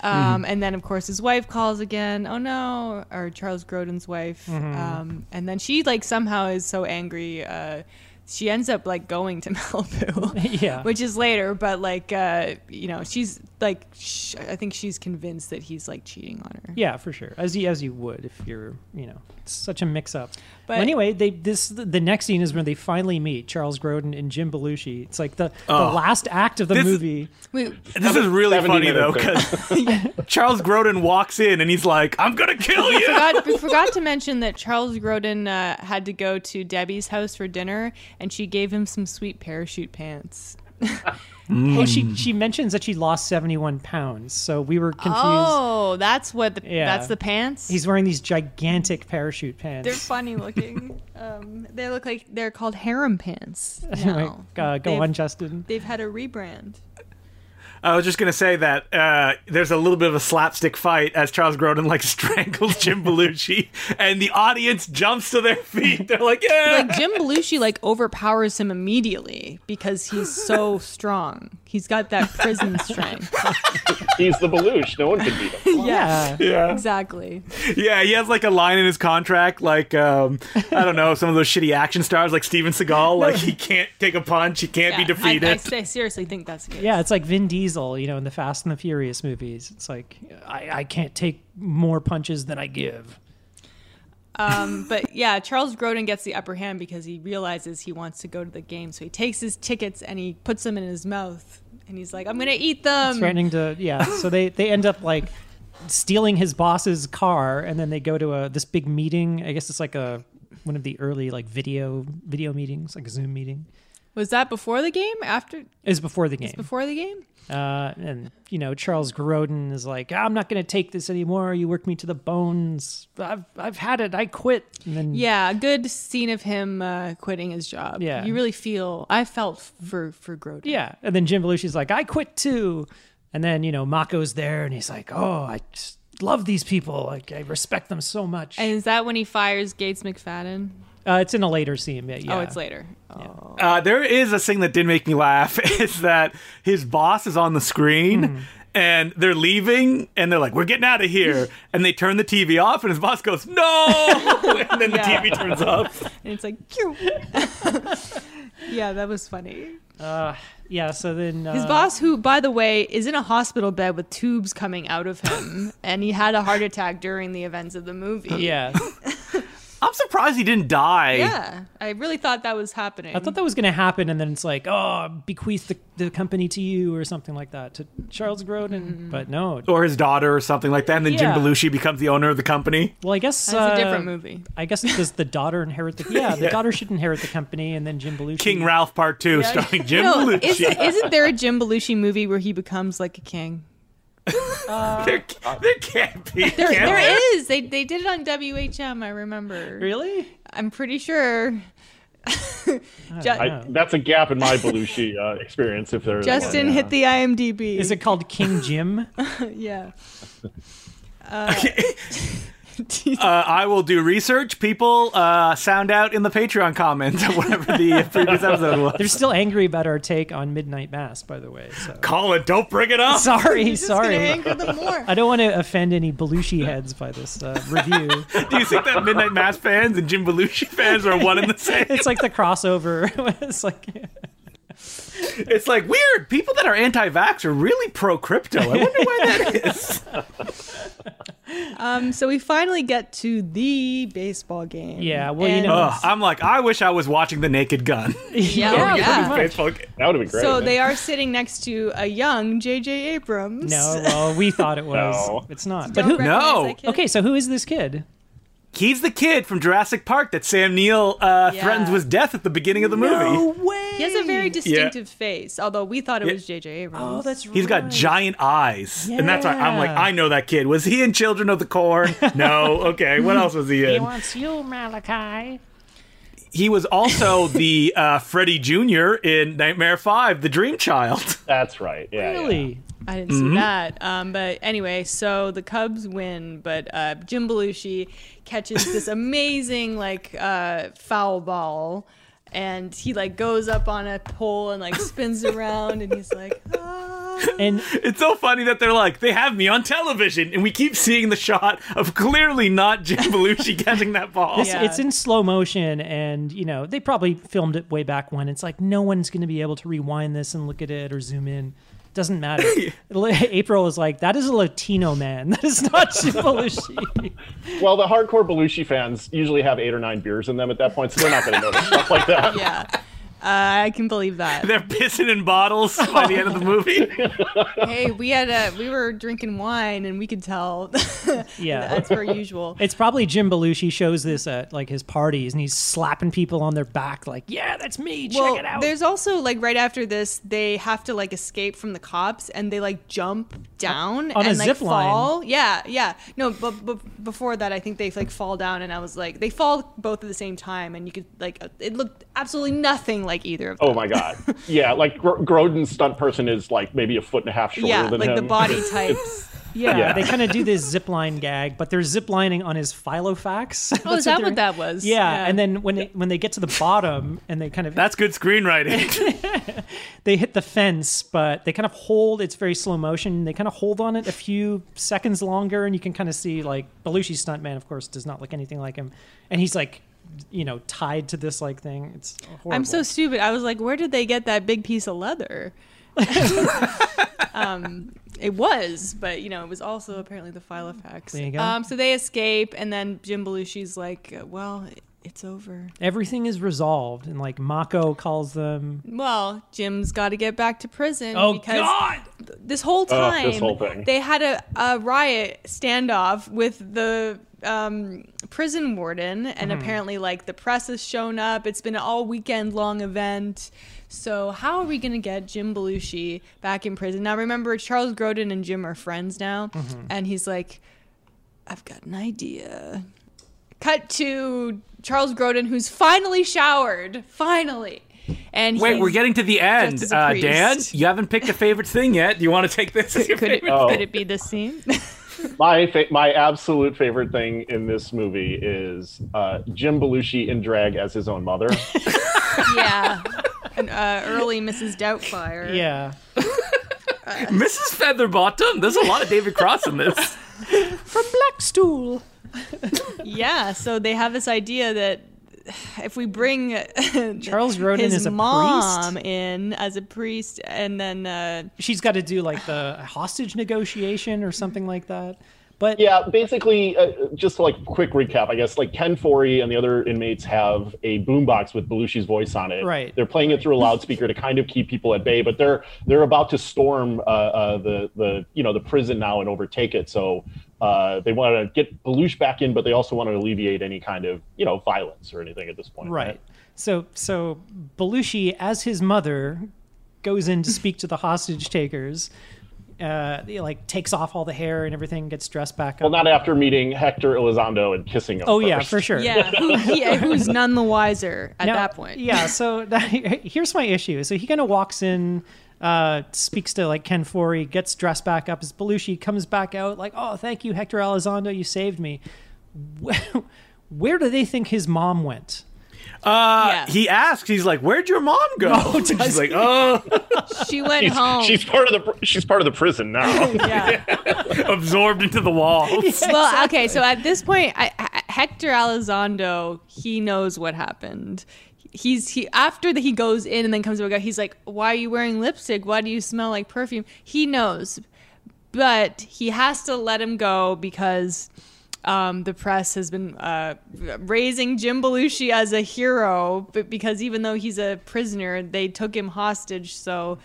[SPEAKER 1] Um, And then, of course, his wife calls again. Oh no! Or Charles Grodin's wife.
[SPEAKER 3] Mm-hmm.
[SPEAKER 1] Um, and then she like somehow is so angry. Uh, she ends up like going to Malibu,
[SPEAKER 3] Yeah.
[SPEAKER 1] which is later. But like, uh, you know, she's like, sh- I think she's convinced that he's like cheating on her.
[SPEAKER 3] yeah, for sure. As you as you would if you're you know it's such a mix up. But
[SPEAKER 1] But-
[SPEAKER 3] anyway, they this the next scene is when they finally meet Charles Grodin and Jim Belushi. It's like the, the
[SPEAKER 2] Oh.
[SPEAKER 3] last act of the
[SPEAKER 2] This-
[SPEAKER 3] movie.
[SPEAKER 1] Wait,
[SPEAKER 2] this is really
[SPEAKER 4] 70
[SPEAKER 2] funny though,
[SPEAKER 4] minutes
[SPEAKER 2] because Charles Grodin walks in and he's like, "I'm gonna kill you."
[SPEAKER 1] forgot, we forgot to mention that Charles Grodin uh, had to go to Debbie's house for dinner, and she gave him some sweet parachute pants.
[SPEAKER 3] Oh, she she mentions that she lost seventy one pounds, so we were confused.
[SPEAKER 1] Oh, that's what the
[SPEAKER 3] Yeah.
[SPEAKER 1] that's the pants.
[SPEAKER 3] He's wearing these gigantic parachute pants.
[SPEAKER 1] they're funny looking. um, they look like they're called harem pants.
[SPEAKER 3] Anyway,
[SPEAKER 1] now.
[SPEAKER 3] uh, go
[SPEAKER 1] They've-
[SPEAKER 3] on, Justin.
[SPEAKER 1] They've had a rebrand.
[SPEAKER 2] I was just gonna say that uh, there's a little bit of a slapstick fight as Charles Grodin like strangles Jim Belushi, and the audience jumps to their feet. They're like, "Yeah."
[SPEAKER 1] Like Jim Belushi, like overpowers him immediately because he's so strong. He's got that prison strength.
[SPEAKER 4] He's the Belush. No one can beat him.
[SPEAKER 3] Yeah.
[SPEAKER 1] exactly.
[SPEAKER 2] Yeah, he has like a line in his contract, like um, I don't know, some of those shitty action stars like Steven Seagal, like he can't take a punch, he can't
[SPEAKER 1] Yeah,
[SPEAKER 2] be
[SPEAKER 1] I-
[SPEAKER 2] defeated.
[SPEAKER 1] I, I seriously think that's the case.
[SPEAKER 3] Yeah, it's like Vin Diesel, you know, in the Fast and the Furious movies. It's like I, I can't take more punches than I give.
[SPEAKER 1] Um, but yeah, Charles Grodin gets the upper hand because he realizes he wants to go to the game. So he takes his tickets and he puts them in his mouth. And he's like, I'm going to eat them.
[SPEAKER 3] Threatening to yeah. So they they end up like stealing his boss's car and then they go to a this big meeting. I guess it's like a one of the early like video video meetings, like a Zoom meeting.
[SPEAKER 1] Was that before the game? After?
[SPEAKER 3] Is before the game.
[SPEAKER 1] Before the game?
[SPEAKER 3] Uh, and you know Charles Grodin is like, "Ah, I'm not going to take this anymore. You worked me to the bones. I've I've had it. I quit. And then
[SPEAKER 1] Yeah, a good scene of him uh, quitting his job.
[SPEAKER 3] Yeah.
[SPEAKER 1] you really feel. I felt for for Grodin.
[SPEAKER 3] yeah, and then Jim Belushi's like, I quit too. And then you know Mako's there, and he's like, Oh, I just love these people. Like I respect them so much.
[SPEAKER 1] And is that when he fires Gates McFadden?
[SPEAKER 3] uh, it's in a later scene. Yeah, yeah.
[SPEAKER 1] Oh, it's later. Oh.
[SPEAKER 2] Uh, there is a thing that did make me laugh is that his boss is on the screen
[SPEAKER 1] Hmm.
[SPEAKER 2] and they're leaving and they're like, we're getting out of here. And they turn the TV off and his boss goes, no. and then the
[SPEAKER 1] Yeah.
[SPEAKER 2] TV turns off.
[SPEAKER 1] And it's like, "Pew." yeah, that was funny.
[SPEAKER 3] Uh, yeah. So then uh,
[SPEAKER 1] His boss, who, by the way, is in a hospital bed with tubes coming out of him, and he had a heart attack during the events of the movie.
[SPEAKER 3] Yeah,
[SPEAKER 2] I'm surprised he didn't die.
[SPEAKER 1] Yeah. I really thought that was happening.
[SPEAKER 3] I thought that was going to happen, and then it's like, oh, bequeath the, the company to you or something like that to Charles Grodin.
[SPEAKER 1] Mm-hmm.
[SPEAKER 3] But no,
[SPEAKER 2] Or his daughter or something like that. And then
[SPEAKER 3] Yeah.
[SPEAKER 2] Jim Belushi becomes the owner of the company.
[SPEAKER 3] well, I guess
[SPEAKER 1] That's
[SPEAKER 3] uh,
[SPEAKER 1] a different movie.
[SPEAKER 3] I guess does the daughter inherit the? Yeah, the daughter should inherit the company, and then Jim Belushi.
[SPEAKER 2] King Ralph Part 2 starring Jim
[SPEAKER 1] No,
[SPEAKER 2] Belushi.
[SPEAKER 1] Oh, is, isn't there a Jim Belushi movie where he becomes like a king?
[SPEAKER 2] there, there can't be.
[SPEAKER 1] There,
[SPEAKER 2] can
[SPEAKER 1] there is. They they did it on WHM. I remember.
[SPEAKER 3] Really?
[SPEAKER 1] I'm pretty sure. Ju-
[SPEAKER 4] I, that's a gap in my Belushi uh, experience. If there is one.
[SPEAKER 1] Justin hit the IMDb.
[SPEAKER 3] Is it called King Jim?
[SPEAKER 1] Yeah.
[SPEAKER 2] Uh, I will do research. People uh, sound out in the Patreon comments of whatever the previous episode was.
[SPEAKER 3] They're still angry about our take on Midnight Mass, by the way. So.
[SPEAKER 2] Call it. Don't bring it up.
[SPEAKER 3] Sorry,
[SPEAKER 1] Just gonna
[SPEAKER 3] sorry.
[SPEAKER 1] anger them more.
[SPEAKER 3] I don't want to offend any Belushi heads by this uh, review.
[SPEAKER 2] Do you think that Midnight Mass fans and Jim Belushi fans are one and the same?
[SPEAKER 3] it's like the crossover. it's like
[SPEAKER 2] It's like weird. People that are anti-vax are really pro-crypto. I wonder why that is.
[SPEAKER 1] Um, so we finally get to the baseball game.
[SPEAKER 3] Yeah, well, you know-
[SPEAKER 2] Ugh, I'm like, I wish I was watching The Naked Gun.
[SPEAKER 1] yeah,
[SPEAKER 3] pretty
[SPEAKER 1] yeah.
[SPEAKER 3] much.
[SPEAKER 4] That would have been great.
[SPEAKER 1] So
[SPEAKER 4] man.
[SPEAKER 1] they are sitting next to a young J.J. Abrams.
[SPEAKER 3] No, well, we thought it was.
[SPEAKER 4] No.
[SPEAKER 3] It's not. But
[SPEAKER 1] Don't
[SPEAKER 3] who?
[SPEAKER 1] recognize
[SPEAKER 2] No.
[SPEAKER 1] that kid.
[SPEAKER 3] Okay, so who is this kid?
[SPEAKER 2] He's the kid from Jurassic Park that Sam Neill uh,
[SPEAKER 1] Yeah.
[SPEAKER 2] threatens with death at the beginning of the movie.
[SPEAKER 3] way.
[SPEAKER 1] He has a very distinctive face, although we thought it
[SPEAKER 2] Yeah.
[SPEAKER 1] was J.J. Abrams.
[SPEAKER 3] Oh, that's right.
[SPEAKER 2] He's got giant eyes, and that's why I'm like,
[SPEAKER 3] Yeah.
[SPEAKER 2] I know that kid. Was he in Children of the Corn? No. Okay. What else was he in?
[SPEAKER 3] wants you, Malachi.
[SPEAKER 2] He was also the uh, Freddy Jr. in Nightmare Five: The Dream Child.
[SPEAKER 4] That's right. Yeah, yeah.
[SPEAKER 3] Really?
[SPEAKER 1] I didn't see that. Um, but anyway, so the Cubs win, but uh, Jim Belushi catches this amazing like uh, foul ball, and he like goes up on a pole and like spins around, and he's like, ah.
[SPEAKER 3] And
[SPEAKER 2] It's so funny that they're like, they have me on television, and we keep seeing the shot of clearly not Jim Belushi catching that ball.
[SPEAKER 3] it's,
[SPEAKER 1] Yeah.
[SPEAKER 3] it's in slow motion, and you know they probably filmed it way back when. It's like no one's going to be able to rewind this and look at it or zoom in. Doesn't matter. April is like, that is a Latino man. That is not Jim Belushi.
[SPEAKER 4] Well, the hardcore Belushi fans usually have eight or nine beers in them at that point, so they're not going to notice stuff like that.
[SPEAKER 1] yeah, uh, I can believe that.
[SPEAKER 2] They're pissing in bottles by the end of the movie.
[SPEAKER 1] hey, we had a we were drinking wine, and we could tell.
[SPEAKER 3] Yeah.
[SPEAKER 1] that's per usual.
[SPEAKER 3] It's probably Jim Belushi shows this at like his parties, and he's slapping people on their back, like, "Yeah, that's me. Check
[SPEAKER 1] Well,
[SPEAKER 3] it out."
[SPEAKER 1] there's also like right after this, they have to like escape from the cops, and they like jump down
[SPEAKER 3] On a
[SPEAKER 1] and like
[SPEAKER 3] zip line.
[SPEAKER 1] fall. Yeah, yeah. No, but, but before that, I think they like fall down, and I was like, they fall both at the same time, and you could like uh, it looked absolutely nothing like either of them.
[SPEAKER 4] Oh my god. Yeah, like Gro- Groden's stunt person is like maybe a foot and a half shorter
[SPEAKER 1] yeah,
[SPEAKER 4] than
[SPEAKER 1] like
[SPEAKER 4] him.
[SPEAKER 1] the body types.
[SPEAKER 3] yeah,
[SPEAKER 4] yeah.
[SPEAKER 3] they kind of do this zipline gag, but they're ziplining on his Filofax. That's
[SPEAKER 1] Oh, is that
[SPEAKER 3] they're-
[SPEAKER 1] what that was?
[SPEAKER 3] Yeah, and then when they, when they get to the bottom and they kind of
[SPEAKER 2] That's good screenwriting.
[SPEAKER 3] they hit the fence, but they kind of hold. It's very slow motion. They kind of hold on it a few seconds longer, and you can kind of see like Belushi's stuntman, of course, does not look anything like him, and he's like, you know, tied to this like thing. It's horrible.
[SPEAKER 1] I'm so stupid. I was like, where did they get that big piece of leather? um, it was, but you know, it was also apparently the Filofax.
[SPEAKER 3] There you go.
[SPEAKER 1] Um, so they escape, and then Jim Belushi's like, well, it's over.
[SPEAKER 3] everything is resolved, and like Mako calls them.
[SPEAKER 1] Well, Jim's got to get back to prison
[SPEAKER 3] Oh
[SPEAKER 1] because
[SPEAKER 3] God!
[SPEAKER 1] this whole time
[SPEAKER 4] this whole thing.
[SPEAKER 1] they had a, a riot standoff with the um, prison warden and
[SPEAKER 4] Mm-hmm.
[SPEAKER 1] apparently like the press has shown up it's been an all weekend long event so how are we going to get jim belushi back in prison now remember charles grodin and jim are friends now
[SPEAKER 4] Mm-hmm.
[SPEAKER 1] and he's like i've got an idea cut to charles grodin who's finally showered finally and
[SPEAKER 2] Wait,
[SPEAKER 1] he's-
[SPEAKER 2] we're getting to the end.
[SPEAKER 1] Just as a
[SPEAKER 2] Uh, Dan,
[SPEAKER 1] priest.
[SPEAKER 2] you haven't picked a favorite thing yet. Do you want to take this as your
[SPEAKER 1] could it,
[SPEAKER 2] favorite?
[SPEAKER 4] Oh.
[SPEAKER 1] could it be this scene
[SPEAKER 4] my fa- my absolute favorite thing in this movie is uh, Jim Belushi in drag as his own mother.
[SPEAKER 1] yeah. An uh, early Mrs. Doubtfire.
[SPEAKER 3] Yeah.
[SPEAKER 2] Mrs. Featherbottom. There's a lot of David Cross in this.
[SPEAKER 3] From Blackstool.
[SPEAKER 1] Yeah, so they have this idea that if we bring
[SPEAKER 3] Charles Grodin
[SPEAKER 1] his
[SPEAKER 3] is a
[SPEAKER 1] mom
[SPEAKER 3] priest?
[SPEAKER 1] in as a priest, and then uh,
[SPEAKER 3] She's got to do like the hostage negotiation or something like that. But
[SPEAKER 4] yeah, basically, uh, just like quick recap, I guess. Like Ken Forey and the other inmates have a boombox with Belushi's voice on it.
[SPEAKER 3] Right.
[SPEAKER 4] They're playing it through a loudspeaker to kind of keep people at bay, but they're they're about to storm uh, uh, the the you know the prison now and overtake it. So uh, they want to get Belushi back in, but they also want to alleviate any kind of you know violence or anything at this point.
[SPEAKER 3] Right. So so Belushi, as his mother, goes in to speak to the hostage takers. Uh, he, like takes off all the hair and everything, gets dressed back up.
[SPEAKER 4] Well, not after meeting Hector Elizondo and kissing him.
[SPEAKER 3] oh yeah,
[SPEAKER 4] first.
[SPEAKER 3] for sure.
[SPEAKER 1] yeah, who, yeah, who's none the wiser at
[SPEAKER 3] Now-
[SPEAKER 1] that point?
[SPEAKER 3] yeah. So that, here's my issue. So he kind of walks in, uh, speaks to like Ken Forey, gets dressed back up as Belushi, comes back out like, "Oh, thank you, Hector Elizondo, you saved me." Where, where do they think his mom went?
[SPEAKER 2] Uh,
[SPEAKER 1] Yeah.
[SPEAKER 2] He asks, he's like, Where'd your mom go?
[SPEAKER 3] No,
[SPEAKER 2] she's
[SPEAKER 3] does
[SPEAKER 2] like, Oh,
[SPEAKER 1] she went
[SPEAKER 4] She's,
[SPEAKER 1] home.
[SPEAKER 4] she's part of the she's part of the prison now.
[SPEAKER 1] yeah.
[SPEAKER 2] "Oh," absorbed into the walls.
[SPEAKER 1] Well, okay. So at this point, I, I, Hector Elizondo, he knows what happened. He's he after that he goes in and then comes back out. He's like, "Why are you wearing lipstick? Why do you smell like perfume?" He knows, but he has to let him go because um, the press has been uh, raising Jim Belushi as a hero. But because even though he's a prisoner, they took him hostage, so.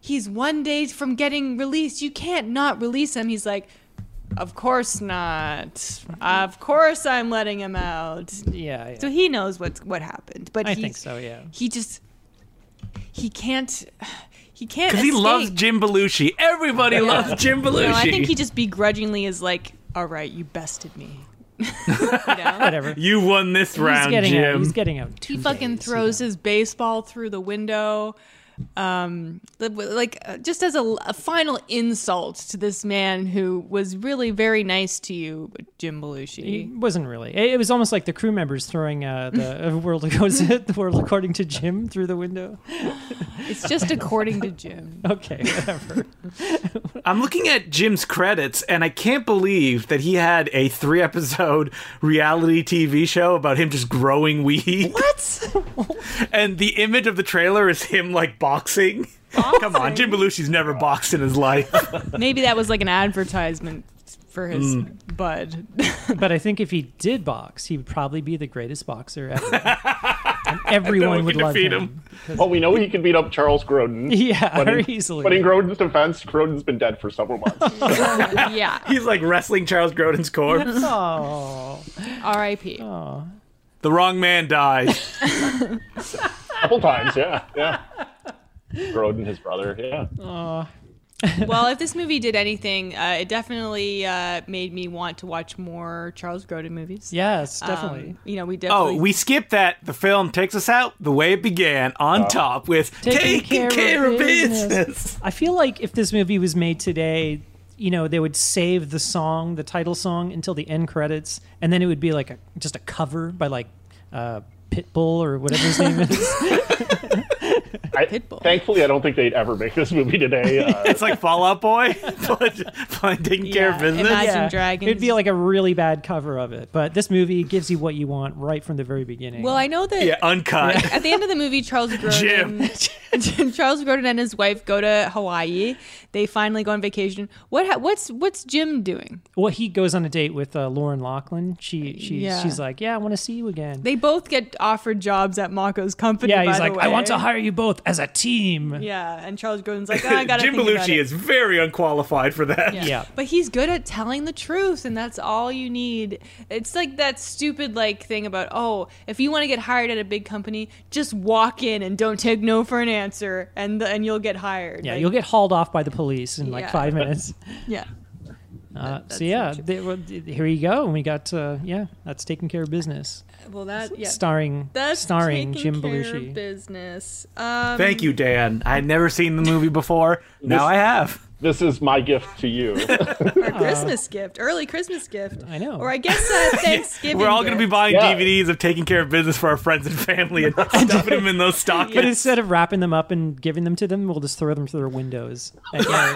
[SPEAKER 1] He's one day from getting released. You can't not release him. He's like, of course not. Of course I'm letting him out.
[SPEAKER 3] Yeah. yeah.
[SPEAKER 1] So he knows what's what happened, but
[SPEAKER 3] I
[SPEAKER 1] he,
[SPEAKER 3] think so, yeah.
[SPEAKER 1] He just he can't he can't
[SPEAKER 2] Because he
[SPEAKER 1] escape.
[SPEAKER 2] loves Jim Belushi. Everybody loves Jim Belushi.
[SPEAKER 1] No, I think he just begrudgingly is like, "All right, you bested me." you know?
[SPEAKER 3] Whatever.
[SPEAKER 2] You won this
[SPEAKER 3] He's
[SPEAKER 2] round,
[SPEAKER 3] getting out.
[SPEAKER 2] Jim.
[SPEAKER 3] He's getting out.
[SPEAKER 1] He fucking throws his baseball through the window. Um, the- like uh, just as a, a final insult to this man who was really very nice to you, Jim Belushi.
[SPEAKER 3] He wasn't really. It, it was almost like the crew members throwing uh, the uh, world goes the world according to Jim through the window.
[SPEAKER 1] It's just according to Jim.
[SPEAKER 3] Okay, whatever.
[SPEAKER 2] I'm looking at Jim's credits, and I can't believe that he had a three episode reality TV show about him just growing weed.
[SPEAKER 3] what?
[SPEAKER 2] And the image of the trailer is him like boxing. Come on, Jim Belushi's never boxed in his life.
[SPEAKER 1] Maybe that was like an advertisement for his
[SPEAKER 3] Mm.
[SPEAKER 1] bud.
[SPEAKER 3] But I think if he did box, he would probably be the greatest boxer ever. And everyone
[SPEAKER 2] one
[SPEAKER 3] would
[SPEAKER 2] could
[SPEAKER 3] love
[SPEAKER 2] defeat
[SPEAKER 3] him.
[SPEAKER 2] him.
[SPEAKER 4] Well, we know he can beat up Charles Grodin.
[SPEAKER 3] Yeah,
[SPEAKER 4] but
[SPEAKER 3] very
[SPEAKER 4] in,
[SPEAKER 3] easily.
[SPEAKER 4] But in Grodin's defense, Grodin's been dead for several months.
[SPEAKER 1] yeah.
[SPEAKER 2] He's like wrestling Charles Grodin's corpse.
[SPEAKER 3] oh,
[SPEAKER 1] R.I.P.
[SPEAKER 2] the wrong man died.
[SPEAKER 4] a couple times, yeah, yeah. Grodin, his brother, yeah.
[SPEAKER 1] Well, if this movie did anything, uh, it definitely uh, made me want to watch more Charles Grodin movies.
[SPEAKER 3] yes,
[SPEAKER 1] Um,
[SPEAKER 3] definitely.
[SPEAKER 1] you know, we
[SPEAKER 2] Oh,
[SPEAKER 1] definitely.
[SPEAKER 2] we skipped that. The film takes us out the way it began, on top with taking, care, of, business.
[SPEAKER 3] I feel like if this movie was made today, you know, they would save the song, the title song, until the end credits, and then it would be like a, just a cover by like uh, Pitbull or whatever his name is.
[SPEAKER 4] I,
[SPEAKER 1] Pitbull.
[SPEAKER 4] thankfully, I don't think they'd ever make this movie today. Uh,
[SPEAKER 2] It's like Fallout Boy, but, but taking care of
[SPEAKER 1] Yeah,
[SPEAKER 2] business.
[SPEAKER 1] imagine- Dragons.
[SPEAKER 3] It'd be like a really bad cover of it, but this movie gives you what you want right from the very beginning.
[SPEAKER 1] well, I know that
[SPEAKER 2] Yeah, uncut.
[SPEAKER 1] at the end of the movie, Charles Grodin, Charles Grodin and his wife go to Hawaii. They finally go on vacation. What ha- what's what's Jim doing?
[SPEAKER 3] well, he goes on a date with uh, Lauren Lachlan. She, she
[SPEAKER 1] Yeah.
[SPEAKER 3] she's like, yeah, I want to see you again.
[SPEAKER 1] They both get offered jobs at Mako's company.
[SPEAKER 3] yeah,
[SPEAKER 1] by
[SPEAKER 3] he's
[SPEAKER 1] the
[SPEAKER 3] like, I want
[SPEAKER 1] way."
[SPEAKER 3] to hire you both as a team.
[SPEAKER 1] Yeah, and Charles Grodin's like, oh, I gotta.
[SPEAKER 2] Jim
[SPEAKER 1] think about
[SPEAKER 2] Belushi
[SPEAKER 1] it."
[SPEAKER 2] is very unqualified for that.
[SPEAKER 3] Yeah.
[SPEAKER 1] But he's good at telling the truth, and that's all you need. It's like that stupid like thing about oh, if you want to get hired at a big company, just walk in and don't take no for an answer, and the, and you'll get hired.
[SPEAKER 3] Yeah,
[SPEAKER 1] Like,
[SPEAKER 3] you'll get hauled off by the police in like
[SPEAKER 1] Yeah.
[SPEAKER 3] five minutes.
[SPEAKER 1] yeah.
[SPEAKER 3] Uh,
[SPEAKER 1] that's
[SPEAKER 3] so yeah,
[SPEAKER 1] so true.
[SPEAKER 3] they, well, th- here you go. And we got uh, yeah, that's taking care of business,
[SPEAKER 1] Well, that yeah.
[SPEAKER 3] starring
[SPEAKER 1] that's
[SPEAKER 3] starring
[SPEAKER 1] taking
[SPEAKER 3] Jim
[SPEAKER 1] care of
[SPEAKER 3] Belushi.
[SPEAKER 1] business. Um,
[SPEAKER 2] Thank you, Dan. I had never seen the movie before. Now I have.
[SPEAKER 4] This is my gift to you.
[SPEAKER 1] Or Christmas gift, early Christmas gift.
[SPEAKER 3] Uh, I know.
[SPEAKER 1] Or I guess uh, Thanksgiving.
[SPEAKER 2] We're all going to be
[SPEAKER 1] gift.
[SPEAKER 2] buying
[SPEAKER 4] Yeah.
[SPEAKER 2] DVDs of taking care of business for our friends and family and stuffing them in those stockings.
[SPEAKER 3] But instead of wrapping them up and giving them to them, we'll just throw them through their windows. Again.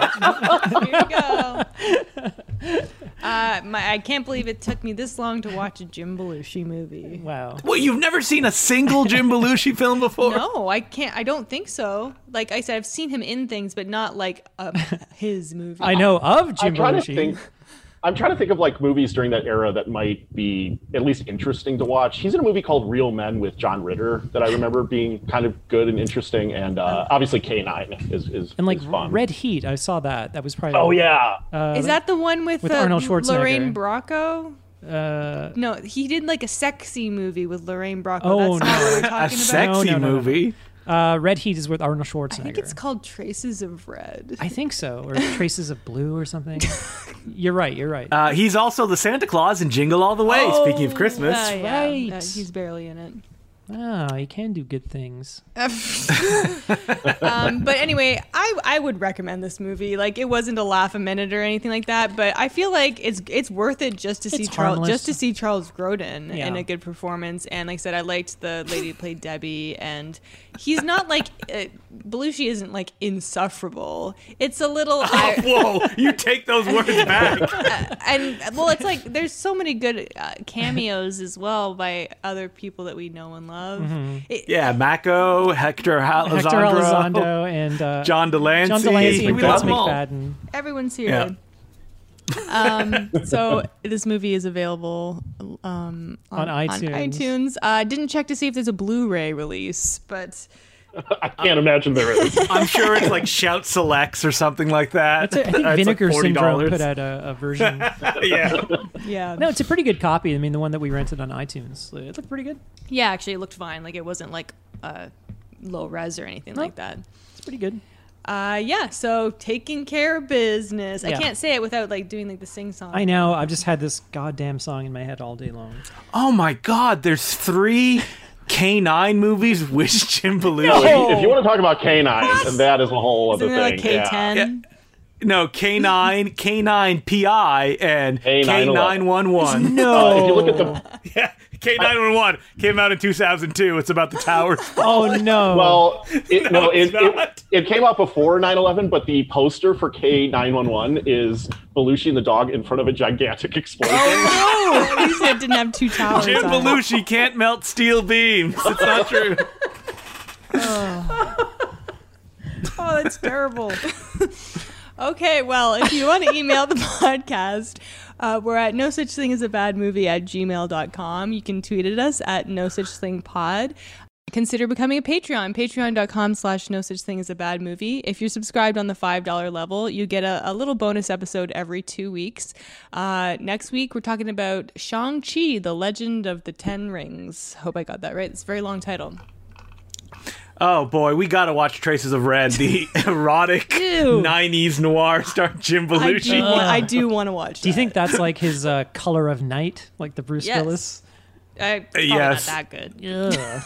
[SPEAKER 1] Here you go. Uh, my, I can't believe it took me this long to watch a Jim Belushi movie.
[SPEAKER 3] wow.
[SPEAKER 2] What, you've never seen a single Jim Belushi film before?
[SPEAKER 1] No, I can't. I don't think so. Like I said, I've seen him in things, but not like uh, his movie.
[SPEAKER 3] I know of Jim
[SPEAKER 4] I'm trying to
[SPEAKER 3] Belushi.
[SPEAKER 4] think. I'm trying to think of like movies during that era that might be at least interesting to watch. He's in a movie called Real Men with John Ritter that I remember being kind of good and interesting, and uh, obviously K9 is is
[SPEAKER 3] and like
[SPEAKER 4] is fun.
[SPEAKER 3] Red Uh, Heat, I saw that. That was probably.
[SPEAKER 4] Oh yeah,
[SPEAKER 1] Is that the one with,
[SPEAKER 3] with
[SPEAKER 1] uh,
[SPEAKER 3] Arnold Schwarzenegger.
[SPEAKER 1] Lorraine Bracco?
[SPEAKER 3] Uh,
[SPEAKER 1] No, he did like a sexy movie with Lorraine Bracco.
[SPEAKER 3] Oh,
[SPEAKER 1] That's not what
[SPEAKER 3] no.
[SPEAKER 1] we're
[SPEAKER 2] A
[SPEAKER 1] talking about.
[SPEAKER 2] sexy
[SPEAKER 3] No, no, no, no.
[SPEAKER 2] movie.
[SPEAKER 3] uh, Red Heat is with Arnold Schwarzenegger.
[SPEAKER 1] I think it's called Traces of Red.
[SPEAKER 3] I think so, or Traces of Blue or something. you're right. You're right.
[SPEAKER 2] Uh, he's also the Santa Claus in Jingle All the Way. speaking of Christmas,
[SPEAKER 1] Uh, yeah.
[SPEAKER 3] right.
[SPEAKER 1] Uh, he's barely in it.
[SPEAKER 3] Ah, he can do good things.
[SPEAKER 1] Um, but anyway, I I would recommend this movie. Like it wasn't a laugh a minute or anything like that, but I feel like it's it's worth it just to see
[SPEAKER 3] It's
[SPEAKER 1] Charles
[SPEAKER 3] harmless.
[SPEAKER 1] just to see Charles Grodin
[SPEAKER 3] Yeah.
[SPEAKER 1] in a good performance. And like I said, I liked the lady who played Debbie, and he's not like uh, Belushi isn't like insufferable. It's a
[SPEAKER 3] Oh,
[SPEAKER 1] little. I- uh,
[SPEAKER 2] whoa! You take those words back.
[SPEAKER 1] and well, it's like there's so many good uh, cameos as well by other people that we know and love.
[SPEAKER 3] Mm-hmm.
[SPEAKER 1] It-
[SPEAKER 2] Yeah, Mako, Hector Alessandro,
[SPEAKER 3] Hector Elizondo and uh,
[SPEAKER 2] John Delancey.
[SPEAKER 3] John Delancey
[SPEAKER 2] We
[SPEAKER 3] and
[SPEAKER 2] love
[SPEAKER 3] Vince
[SPEAKER 2] them all.
[SPEAKER 3] McFadden.
[SPEAKER 1] Everyone's here. um, so this movie is available um,
[SPEAKER 3] On iTunes.
[SPEAKER 1] iTunes. Uh, I didn't check to see if there's a Blu-ray release, but
[SPEAKER 4] I can't imagine there is.
[SPEAKER 2] I'm sure it's like Shout Selects or something like that.
[SPEAKER 3] I think
[SPEAKER 2] It's like
[SPEAKER 3] Vinegar Syndrome
[SPEAKER 2] $40.
[SPEAKER 3] put out a, a version.
[SPEAKER 2] yeah.
[SPEAKER 1] yeah,
[SPEAKER 3] no, it's a pretty good copy. I mean, the one that we rented on iTunes, it looked pretty good.
[SPEAKER 1] yeah. Actually, it looked fine. Like it wasn't like uh, low res or anything like that.
[SPEAKER 3] It's pretty good.
[SPEAKER 1] Uh, yeah. So taking care of business.
[SPEAKER 3] Yeah.
[SPEAKER 1] I can't say it without like doing like the sing song.
[SPEAKER 3] I know. I've just had this goddamn song in my head all day long.
[SPEAKER 2] Oh my God! There's three K9 movies with Jim Belushi.
[SPEAKER 4] if you want to talk about K9, and that is a whole other
[SPEAKER 1] Oh. Isn't it like
[SPEAKER 4] thing.
[SPEAKER 1] K
[SPEAKER 4] yeah.
[SPEAKER 1] ten?
[SPEAKER 2] No, K9, K9 PI, and K911.
[SPEAKER 4] Uh,
[SPEAKER 3] No.
[SPEAKER 4] if you look at the
[SPEAKER 2] Yeah, K911 came out in 2002. It's about the towers.
[SPEAKER 3] oh no.
[SPEAKER 4] Well, it, no,
[SPEAKER 2] it's
[SPEAKER 4] it,
[SPEAKER 2] not.
[SPEAKER 4] it, it came out before 9/11, but the poster for K911 is Belushi and the dog in front of a gigantic explosion.
[SPEAKER 1] Oh, at least it didn't have two towers.
[SPEAKER 2] Jim
[SPEAKER 1] on it.
[SPEAKER 2] Belushi can't melt steel beams. It's not true.
[SPEAKER 1] Oh, that's terrible. okay, well, if you want to email the podcast, uh, we're at no such thing as a bad movie at gmail.com. You can tweet at us at no such thing pod. Consider becoming a Patreon, patreon.com slash no such thing as a bad movie. If you're subscribed on the $5 level, you get a, a little bonus episode every two weeks. Uh, next week, we're talking about Shang-Chi, the legend of the Ten Rings. Hope I got that right. It's a very long title.
[SPEAKER 2] Oh boy, we gotta watch Traces of Red, the erotic
[SPEAKER 1] Ew.
[SPEAKER 2] 90s noir star Jim
[SPEAKER 1] I do,
[SPEAKER 2] Belushi.
[SPEAKER 1] wa- I do want to watch
[SPEAKER 3] Do you think that's like his uh, Color of Night, like the Bruce
[SPEAKER 1] Yes.
[SPEAKER 3] Willis?
[SPEAKER 1] I, probably
[SPEAKER 2] Yes.
[SPEAKER 1] not that good.
[SPEAKER 3] Yeah.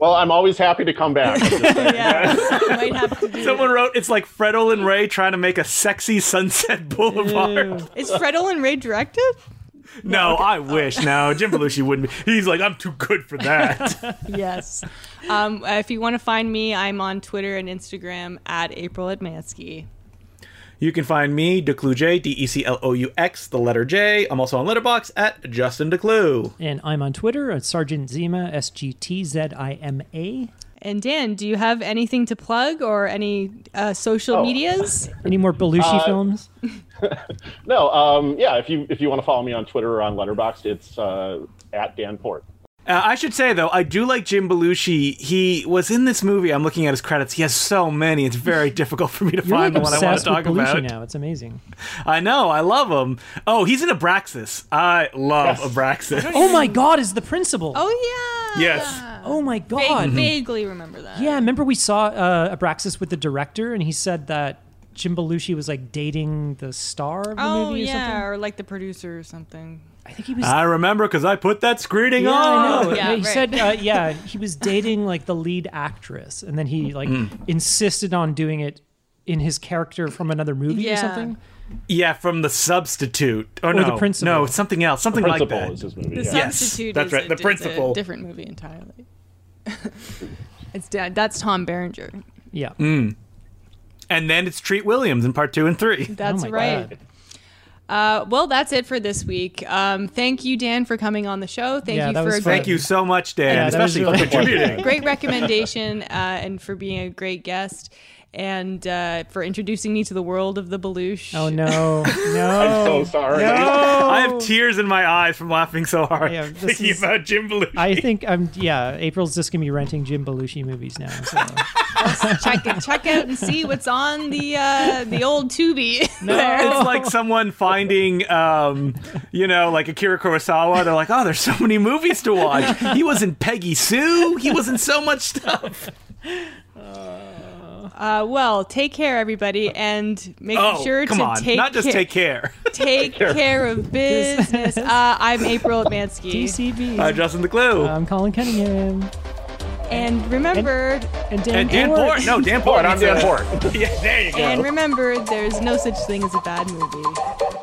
[SPEAKER 4] Well, I'm always happy to come back. I'm just saying.
[SPEAKER 1] Yeah, might have to do.
[SPEAKER 2] Someone wrote it's like Fred Olin Ray trying to make a sexy Sunset Boulevard.
[SPEAKER 1] Is Fred Olin Ray directed?
[SPEAKER 2] No, I wish. No, Jim Belushi wouldn't be. He's like, I'm too good for that.
[SPEAKER 1] Yes. Um, uh, if you want to find me, I'm on Twitter and Instagram at April Atmansky.
[SPEAKER 2] you can find me, Declue J, D E C L O U X, the letter J. I'm also on Letterbox at Justin Declue.
[SPEAKER 3] and I'm on Twitter at Sergeant Zima, S G T Z I M A.
[SPEAKER 1] And Dan, do you have anything to plug or any uh,
[SPEAKER 2] Oh.
[SPEAKER 1] social medias?
[SPEAKER 3] Any more Belushi
[SPEAKER 1] Uh,
[SPEAKER 3] films?
[SPEAKER 4] No, um, yeah. If you if you want to follow me on Twitter or on Letterboxd, it's uh, at Dan Port.
[SPEAKER 2] Uh, I should say though, I do like Jim Belushi. He was in this movie. I'm looking at his credits. He has so many. It's very difficult for me to
[SPEAKER 3] You're
[SPEAKER 2] find
[SPEAKER 3] like
[SPEAKER 2] the one I want to
[SPEAKER 3] obsessed
[SPEAKER 2] talk
[SPEAKER 3] with Belushi
[SPEAKER 2] about.
[SPEAKER 3] now. It's amazing.
[SPEAKER 2] I know. I love him. Oh, he's in Abraxas. I love
[SPEAKER 4] Yes.
[SPEAKER 2] Abraxas.
[SPEAKER 3] Oh my God! Is the principal?
[SPEAKER 1] Oh yeah.
[SPEAKER 2] Yes.
[SPEAKER 3] Oh my
[SPEAKER 1] Vague-
[SPEAKER 3] God!
[SPEAKER 1] Vaguely remember that.
[SPEAKER 3] Yeah, remember we saw uh, Abraxas with the director, and he said that Jim Belushi was like dating the star of the
[SPEAKER 1] Oh
[SPEAKER 3] movie or
[SPEAKER 1] yeah,
[SPEAKER 3] something.
[SPEAKER 1] or like the producer or something.
[SPEAKER 3] I think he was.
[SPEAKER 2] I remember because I put that screening
[SPEAKER 3] yeah,
[SPEAKER 2] on.
[SPEAKER 3] I know.
[SPEAKER 1] Yeah,
[SPEAKER 3] he
[SPEAKER 1] right.
[SPEAKER 3] said, uh, yeah,
[SPEAKER 2] Mm.
[SPEAKER 3] he was dating like the lead actress, and then he like insisted on doing it in his character from another movie or
[SPEAKER 1] Yeah.
[SPEAKER 3] something.
[SPEAKER 2] Yeah, from the substitute. Or,
[SPEAKER 3] the
[SPEAKER 2] no,
[SPEAKER 3] principal.
[SPEAKER 2] No, something else. Something like
[SPEAKER 4] Principal
[SPEAKER 2] that.
[SPEAKER 4] is his movie.
[SPEAKER 1] The
[SPEAKER 4] yeah.
[SPEAKER 2] Yes,
[SPEAKER 1] substitute
[SPEAKER 2] that's
[SPEAKER 1] is
[SPEAKER 2] right,
[SPEAKER 1] a,
[SPEAKER 2] the
[SPEAKER 1] is a
[SPEAKER 2] principal.
[SPEAKER 1] different movie entirely. it's da- that's Tom Berenger.
[SPEAKER 3] Oh Yeah.
[SPEAKER 2] Mm. And then it's Treat Williams in part two and three.
[SPEAKER 3] Oh
[SPEAKER 1] That's
[SPEAKER 3] my
[SPEAKER 1] right.
[SPEAKER 3] God.
[SPEAKER 1] Uh, well, that's it for this week. Um, thank you, Dan, for coming on the show. Thank
[SPEAKER 3] Yeah,
[SPEAKER 1] you
[SPEAKER 3] that
[SPEAKER 1] for
[SPEAKER 3] was
[SPEAKER 1] a
[SPEAKER 3] fun.
[SPEAKER 1] great
[SPEAKER 2] Thank you so much, Dan,
[SPEAKER 3] Yeah, that was
[SPEAKER 2] especially
[SPEAKER 3] really-
[SPEAKER 2] for contributing.
[SPEAKER 1] great recommendation uh, and for being a great guest and uh, for introducing me to the world of the Belush.
[SPEAKER 3] Oh no, no.
[SPEAKER 4] I'm
[SPEAKER 1] Oh.
[SPEAKER 4] so sorry.
[SPEAKER 2] I have tears in my eyes from laughing so hard
[SPEAKER 3] Oh. Yeah, this
[SPEAKER 2] thinking
[SPEAKER 3] is-
[SPEAKER 2] about Jim Belushi.
[SPEAKER 3] I think I'm. Yeah, April's just gonna be renting Jim Belushi movies now. So.
[SPEAKER 1] Check it, check out and see what's on the uh, the old Tubi.
[SPEAKER 2] It's like someone finding, um, you know, like Akira Kurosawa. They're like, oh, there's so many movies to watch. He was in Peggy Sue. He was in so much stuff.
[SPEAKER 1] Uh, well, take care, everybody, and make
[SPEAKER 2] Oh,
[SPEAKER 1] sure
[SPEAKER 2] come
[SPEAKER 1] to
[SPEAKER 2] on.
[SPEAKER 1] take
[SPEAKER 2] Not just
[SPEAKER 1] ca-
[SPEAKER 2] take care.
[SPEAKER 1] take care of business. uh, I'm April Atmansky,
[SPEAKER 3] DCB.
[SPEAKER 2] I'm Justin the Glue.
[SPEAKER 3] I'm Colin Cunningham
[SPEAKER 1] and remember,
[SPEAKER 3] and Dan,
[SPEAKER 2] and Dan
[SPEAKER 3] Ord.
[SPEAKER 2] Port. No, Dan
[SPEAKER 4] Oh,
[SPEAKER 2] Port.
[SPEAKER 4] and I'm
[SPEAKER 2] needs to-
[SPEAKER 4] Dan Hort.
[SPEAKER 2] Yeah, there you go.
[SPEAKER 1] and remember, there's no such thing as a bad movie.